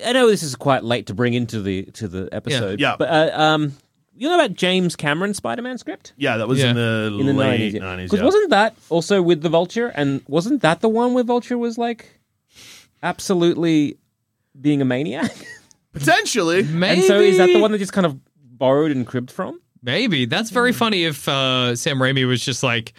Speaker 1: I know this is quite late to bring into the to the episode.
Speaker 3: Yeah.
Speaker 1: but uh, um, you know about James Cameron's Spider-Man script
Speaker 3: Yeah, that was
Speaker 2: Yeah.
Speaker 3: in the
Speaker 1: in the
Speaker 3: late
Speaker 1: nineties?
Speaker 3: nineties.
Speaker 1: Because wasn't that also with the Vulture? And wasn't that the one where Vulture was like absolutely being a maniac?
Speaker 3: potentially
Speaker 2: Maybe.
Speaker 1: And so is that the one that just kind of borrowed and cribbed from?
Speaker 2: Maybe. That's very funny if uh, Sam Raimi was just like,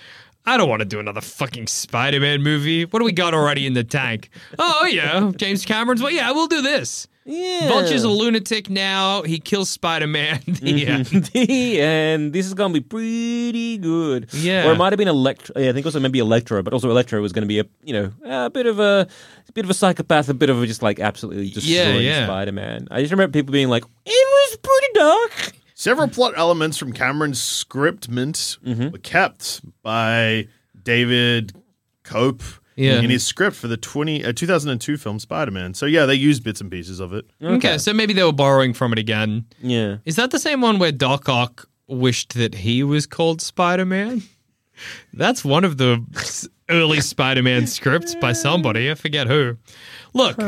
Speaker 2: I don't want to do another fucking oh, Spider Man movie. What do we got already in the tank? Oh, yeah. James Cameron's, well, yeah, we'll do this.
Speaker 1: Yeah.
Speaker 2: Vulture's a lunatic now. He kills Spider Man. yeah.
Speaker 1: Mm-hmm. the end. This is gonna be pretty good.
Speaker 2: Yeah.
Speaker 1: Or it might have been Electra. Yeah, I think also maybe Electra, but also Electra was gonna be a you know a bit of a, a bit of a psychopath, a bit of a just like absolutely destroying
Speaker 2: yeah.
Speaker 1: Spider Man. I just remember people being like, it was pretty dark.
Speaker 3: Several plot elements from Cameron's scriptment
Speaker 1: Mm-hmm.
Speaker 3: were kept by David Cope
Speaker 2: Yeah.
Speaker 3: in his script for the 20, uh, 2002 film Spider Man. So, yeah, they used bits and pieces of it.
Speaker 1: Mm-hmm.
Speaker 2: Okay. so maybe they were borrowing from it again.
Speaker 1: Yeah.
Speaker 2: Is that the same one where Doc Ock wished that he was called Spider Man? That's one of the s- early Spider Man scripts by somebody. I forget who. Look,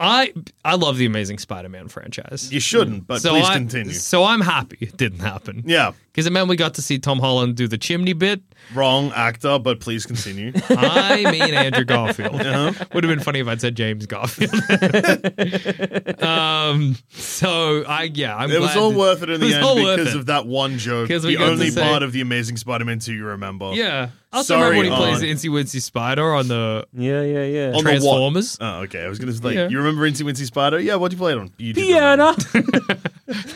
Speaker 2: I I love the Amazing Spider Man franchise.
Speaker 3: You shouldn't, but please
Speaker 2: I,
Speaker 3: continue.
Speaker 2: So I'm happy it didn't happen.
Speaker 3: yeah,
Speaker 2: Because it meant we got to see Tom Holland do the chimney bit.
Speaker 3: wrong actor, but please continue.
Speaker 2: I mean Andrew Garfield.
Speaker 3: Uh-huh.
Speaker 2: Would have been funny if I'd said James Garfield. um, so I yeah, I'm
Speaker 3: It was
Speaker 2: glad
Speaker 3: all
Speaker 2: that-
Speaker 3: worth it in
Speaker 2: it
Speaker 3: the
Speaker 2: was all
Speaker 3: end
Speaker 2: worth
Speaker 3: because
Speaker 2: it.
Speaker 3: of that one joke.
Speaker 2: 'Cause we
Speaker 3: The
Speaker 2: got to
Speaker 3: only
Speaker 2: say-
Speaker 3: part of the Amazing Spider-Man 2 you remember.
Speaker 2: Yeah. I also remember when
Speaker 3: Sorry,
Speaker 2: he plays
Speaker 3: Aunt.
Speaker 2: Incy Wincy Spider on the
Speaker 1: Yeah. Yeah. Yeah.
Speaker 3: On the what?
Speaker 2: Transformers.
Speaker 3: Oh, okay. I was gonna like
Speaker 2: Yeah.
Speaker 3: you remember Incy Wincy Spider? Yeah, what do you play it on? You did remember.
Speaker 1: Piano.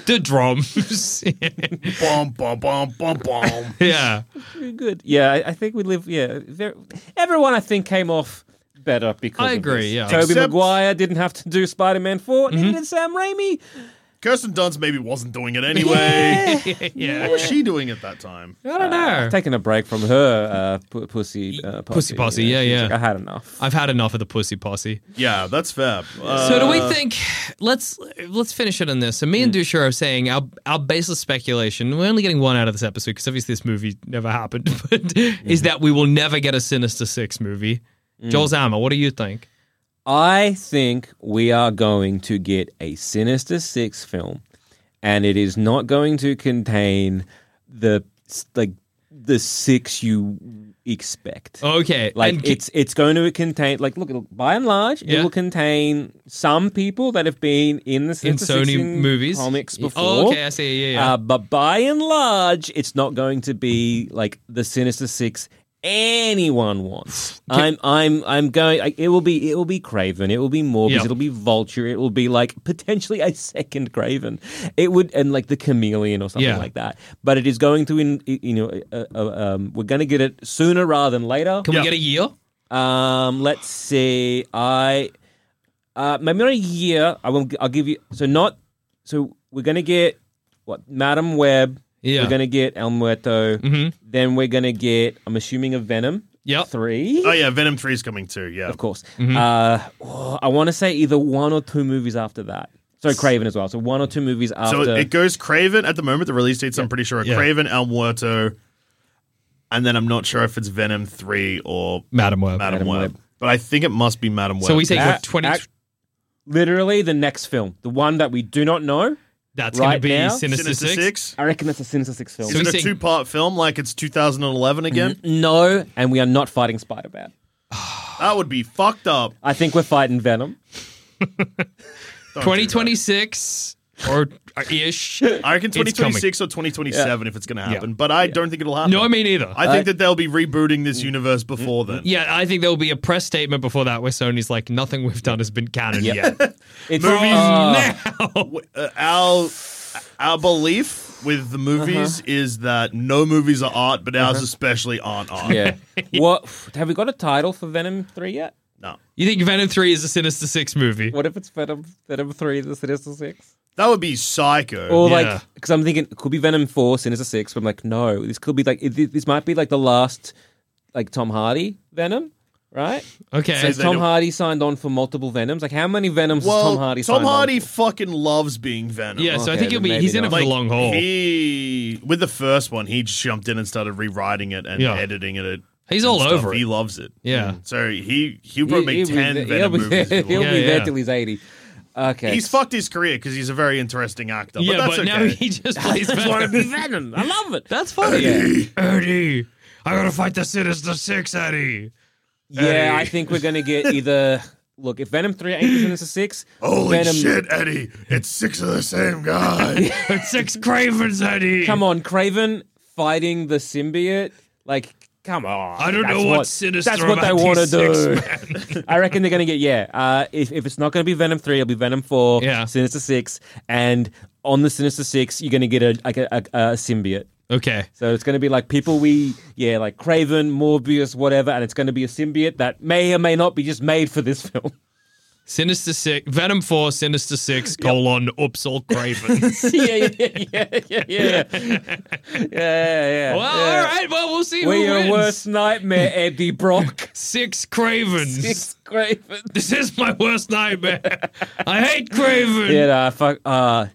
Speaker 2: The drums.
Speaker 3: Bom bom bom bom bom.
Speaker 2: yeah.
Speaker 1: pretty good. Yeah. I, I think we live. Yeah. There, everyone I think came off. Better because
Speaker 2: I
Speaker 1: of
Speaker 2: agree,
Speaker 1: this.
Speaker 2: yeah. Mm-hmm.
Speaker 1: Toby
Speaker 3: Except-
Speaker 1: Maguire didn't have to do Spider Man 4 Neither did Sam Raimi.
Speaker 3: Kirsten Dunst maybe wasn't doing it anyway. What
Speaker 2: yeah.
Speaker 3: was she doing at that time?
Speaker 2: I don't know.
Speaker 1: Taking a break from her uh, pu- pussy, uh, posse,
Speaker 2: Pussy posse, yeah,
Speaker 1: She was
Speaker 2: yeah.
Speaker 1: like, I had enough.
Speaker 2: I've had enough of the pussy posse.
Speaker 3: Yeah, that's fair. Uh,
Speaker 2: So do we think? Let's let's finish it on this. So me
Speaker 1: Hmm.
Speaker 2: and Dusha are saying our our baseless speculation. We're only getting one out of this episode because obviously this movie never happened. But
Speaker 1: Mm-hmm.
Speaker 2: is that we will never get a Sinister Six movie?
Speaker 1: Mm.
Speaker 2: Joel Zama, what do you think?
Speaker 1: I think we are going to get a Sinister Six film, and it is not going to contain the s- like the six you
Speaker 2: Oh,
Speaker 1: expect.
Speaker 2: Okay,
Speaker 1: Like
Speaker 2: and-
Speaker 1: it's it's going to contain like look it'll- by and large
Speaker 2: Yeah.
Speaker 1: it will contain some people that have been in the
Speaker 2: in
Speaker 1: Sinister Six
Speaker 2: Sony
Speaker 1: in
Speaker 2: movies,
Speaker 1: comics before.
Speaker 2: Oh, okay, I see. Yeah, yeah.
Speaker 1: Uh, but by and large, it's not going to be like the Sinister Six anyone wants. I'm, I'm, I'm going. I, it will be, it will be Craven. It will be Morbius.
Speaker 2: Yeah.
Speaker 1: It'll be Vulture. It will be like potentially a second Craven. It would and like the Chameleon or something
Speaker 2: Yeah.
Speaker 1: like that. But it is going to, in, you know, uh, uh, um, we're going to get it sooner rather than later.
Speaker 2: Can
Speaker 3: Yeah.
Speaker 2: we get a year?
Speaker 1: Um, let's see. I uh, maybe not a year. I will. I'll give you. So not. So we're gonna get what Madam Web.
Speaker 2: Yeah.
Speaker 1: We're gonna get El Muerto. Then we're gonna get. I'm assuming a Venom.
Speaker 2: Yep.
Speaker 1: Three.
Speaker 3: Oh yeah, Venom 3 is coming too, yeah.
Speaker 1: Of course. Uh, oh, I want to say either one or two movies after that. So Craven as well. So one or two movies
Speaker 3: So
Speaker 1: after.
Speaker 3: it, it goes Craven at the moment, the release dates I'm pretty sure are
Speaker 2: Yeah.
Speaker 3: Craven, El Muerto, and then I'm not sure if it's Venom 3 or
Speaker 2: Madam Web.
Speaker 3: Madam
Speaker 1: Madam
Speaker 3: Web.
Speaker 1: Web.
Speaker 3: But I think it must be Madam Web.
Speaker 2: So we say
Speaker 1: Act-
Speaker 2: what, 20
Speaker 1: act- literally the next film, the one that we do not know.
Speaker 2: that's going
Speaker 1: right
Speaker 2: to be
Speaker 1: now?
Speaker 2: Sinister,
Speaker 3: Sinister
Speaker 2: Six.
Speaker 3: 6?
Speaker 1: I reckon that's a Sinister Six film.
Speaker 3: Is
Speaker 2: So we
Speaker 3: it
Speaker 2: say- Mhm.
Speaker 3: a two part film like it's 2011 again?
Speaker 1: no, and we are not fighting Spider Man.
Speaker 3: That would be fucked up.
Speaker 1: I think we're fighting Venom.
Speaker 3: Don't do
Speaker 2: 2026 or uh, ish.
Speaker 3: that. I reckon
Speaker 2: coming.
Speaker 3: 2026 or 2027 if it's going to happen, but I don't think it'll happen.
Speaker 2: No, me neither.
Speaker 3: I think that they'll be rebooting this
Speaker 2: Mm.
Speaker 3: universe before then.
Speaker 2: Yeah, I think there will be a press statement before that where Sony's like, nothing we've done has been canon yet.
Speaker 1: It's
Speaker 3: Movies
Speaker 1: uh,
Speaker 2: now.
Speaker 3: W- uh, our our belief with the
Speaker 2: Uh-huh.
Speaker 3: movies is that no movies are art, but ours especially aren't art.
Speaker 1: Yeah. what have we got a title for Venom Three yet?
Speaker 3: No,
Speaker 2: You think Venom 3 is a Sinister Six movie?
Speaker 1: What if it's Venom Venom Three, the Sinister Six?
Speaker 3: that would be psycho.
Speaker 1: Or
Speaker 2: Yeah.
Speaker 1: like, because I'm thinking it could be Venom Four, Sinister Six. But I'm like, no, this could be like it, this might be like the last like Tom Hardy Venom, right?
Speaker 2: Okay.
Speaker 1: Has
Speaker 3: they
Speaker 1: Tom
Speaker 3: don't-
Speaker 1: Hardy signed on for multiple Venoms? Like, how many Venoms has
Speaker 3: well,
Speaker 1: Tom Hardy?
Speaker 3: Tom
Speaker 1: signed on
Speaker 3: Hardy
Speaker 1: for?
Speaker 3: fucking loves being Venom.
Speaker 2: yeah, so I
Speaker 1: Okay,
Speaker 2: think
Speaker 1: then
Speaker 2: it'll be,
Speaker 1: maybe
Speaker 2: he's in it
Speaker 1: not.
Speaker 2: for the long haul.
Speaker 3: He with the first one, he jumped in and started rewriting it and
Speaker 2: Yeah.
Speaker 3: editing it.
Speaker 2: He's
Speaker 3: and
Speaker 2: all
Speaker 3: stuff.
Speaker 2: over it.
Speaker 3: He loves it.
Speaker 2: Yeah.
Speaker 3: Mm. So he he will
Speaker 1: He-
Speaker 3: make
Speaker 1: he'll be
Speaker 3: ten
Speaker 1: there-
Speaker 3: Venom
Speaker 1: he'll be
Speaker 3: movies.
Speaker 1: there-
Speaker 3: if he
Speaker 1: He'll
Speaker 3: wants.
Speaker 1: be
Speaker 2: Yeah,
Speaker 1: there
Speaker 2: yeah.
Speaker 1: till he's eighty. Okay.
Speaker 3: He's fucked his career because he's a very interesting actor.
Speaker 2: yeah,
Speaker 3: but that's
Speaker 2: but now
Speaker 3: okay.
Speaker 2: he just plays Venom.
Speaker 1: Venom. I love it.
Speaker 2: That's funny. Eddie, Eddie, I gotta fight the Sinister Six, Eddie.
Speaker 1: Yeah, I think we're gonna get either. Look, if Venom three ain't Sinister Six, Venom,
Speaker 3: Eddie! It's six of the same guy.
Speaker 2: It's Six Cravens, Eddie.
Speaker 1: Come on, Craven fighting the symbiote. Like, Come on.
Speaker 2: I don't
Speaker 1: that's
Speaker 2: know what's sinister
Speaker 1: That's what
Speaker 2: about
Speaker 1: they want to
Speaker 2: these
Speaker 1: do. I reckon they're going to get, yeah. Uh, if, if it's not going to be Venom 3, it'll be Venom 4,
Speaker 2: Yeah.
Speaker 1: Sinister 6. And on the Sinister 6, you're going to get a, like a, a, a symbiote.
Speaker 2: Okay.
Speaker 1: So it's going to be like people we, yeah, like Craven, Morbius, whatever. And it's going to be a symbiote that may or may not be just made for this film.
Speaker 2: Sinister Six, Venom Four, Sinister Six, colon, Oops, all Cravens.
Speaker 1: yeah, yeah, yeah, yeah, yeah. Yeah, yeah, yeah.
Speaker 2: well,
Speaker 1: yeah.
Speaker 2: all right. Well, we'll see
Speaker 1: We're
Speaker 2: who
Speaker 1: your
Speaker 2: wins.
Speaker 1: worst nightmare, Eddie Brock.
Speaker 2: Six Cravens.
Speaker 1: Six Craven.
Speaker 2: This is my worst nightmare. I hate Craven.
Speaker 1: Yeah, nah, fuck. Uh,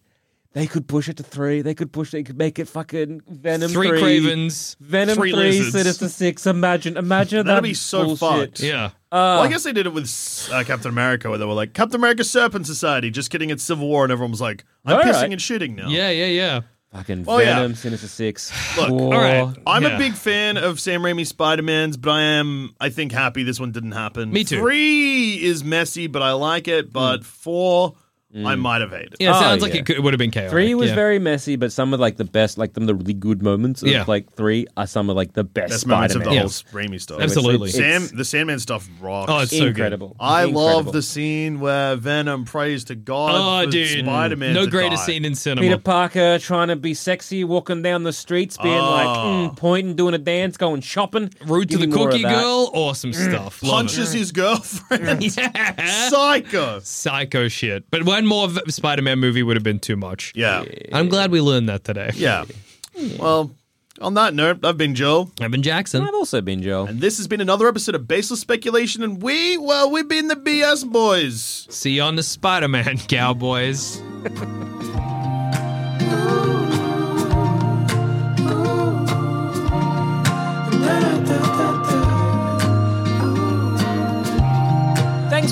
Speaker 1: they could push it to three. They could push. They could make it fucking Venom
Speaker 2: Three
Speaker 1: three.
Speaker 2: Cravens.
Speaker 1: Venom
Speaker 3: Three
Speaker 1: three,
Speaker 3: lizards.
Speaker 1: Sinister six. Imagine, imagine
Speaker 3: That'd
Speaker 1: that
Speaker 3: be so
Speaker 1: bullshit.
Speaker 3: fucked.
Speaker 2: Yeah.
Speaker 1: Oh.
Speaker 3: well, I guess they did it with uh, Captain America, where they were like, Captain America Serpent Society, just kidding, it's Civil War, and everyone was like, I'm
Speaker 1: All
Speaker 3: pissing
Speaker 1: right.
Speaker 3: and shitting now.
Speaker 2: Yeah. Yeah. Yeah.
Speaker 1: Fucking
Speaker 3: Oh, yeah.
Speaker 1: Venom, Sinister six.
Speaker 3: Look,
Speaker 1: Four.
Speaker 2: All right.
Speaker 3: I'm
Speaker 2: Yeah.
Speaker 3: a big fan of Sam Raimi's Spider-Mans, but I am, I think, happy this one didn't happen.
Speaker 2: Me too. Mm.
Speaker 3: Three is messy, but I like it, but four, I might have hated.
Speaker 2: Yeah. It
Speaker 1: Oh,
Speaker 2: sounds like
Speaker 1: yeah.
Speaker 2: it, could, it would have been chaotic.
Speaker 1: Three was
Speaker 2: yeah.
Speaker 1: very messy, but some of like the best, like them, the really good moments of
Speaker 2: Yeah.
Speaker 1: like three are some of like the best,
Speaker 3: Best moments of
Speaker 1: Spider-Man.
Speaker 3: the whole Raimi stuff.
Speaker 2: Absolutely.
Speaker 1: It's-
Speaker 3: Sam,
Speaker 1: it's-
Speaker 3: the Sandman stuff rocks.
Speaker 2: Oh, it's so good.
Speaker 1: incredible.
Speaker 3: I
Speaker 1: Incredible.
Speaker 3: love the scene where Venom prays to
Speaker 2: Oh,
Speaker 3: God for
Speaker 2: dude.
Speaker 3: Spider-Man
Speaker 2: no
Speaker 3: to
Speaker 2: greater
Speaker 3: die.
Speaker 2: scene in cinema.
Speaker 1: Peter Parker trying to be sexy, walking down the streets, being like
Speaker 3: Ah.
Speaker 1: mm, pointing, doing a dance, going shopping.
Speaker 2: Rude to
Speaker 1: Give
Speaker 2: the
Speaker 1: me more of
Speaker 2: Cookie
Speaker 1: that.
Speaker 2: Girl. Awesome stuff. Love it.
Speaker 3: Mm. Punches his girlfriend.
Speaker 2: Yeah.
Speaker 3: Psycho.
Speaker 2: Psycho shit. But one more v- Spider-Man movie would have been too much.
Speaker 3: Yeah.
Speaker 2: I'm glad we learned that today.
Speaker 3: Yeah. Well, on that note, I've been Joe.
Speaker 2: I've been Jackson.
Speaker 1: I've also been Joel.
Speaker 3: And this has been another episode of Baseless Speculation, and we, well, we've been the BS Boys.
Speaker 2: See you on the Spider-Man, cowboys.
Speaker 5: Thanks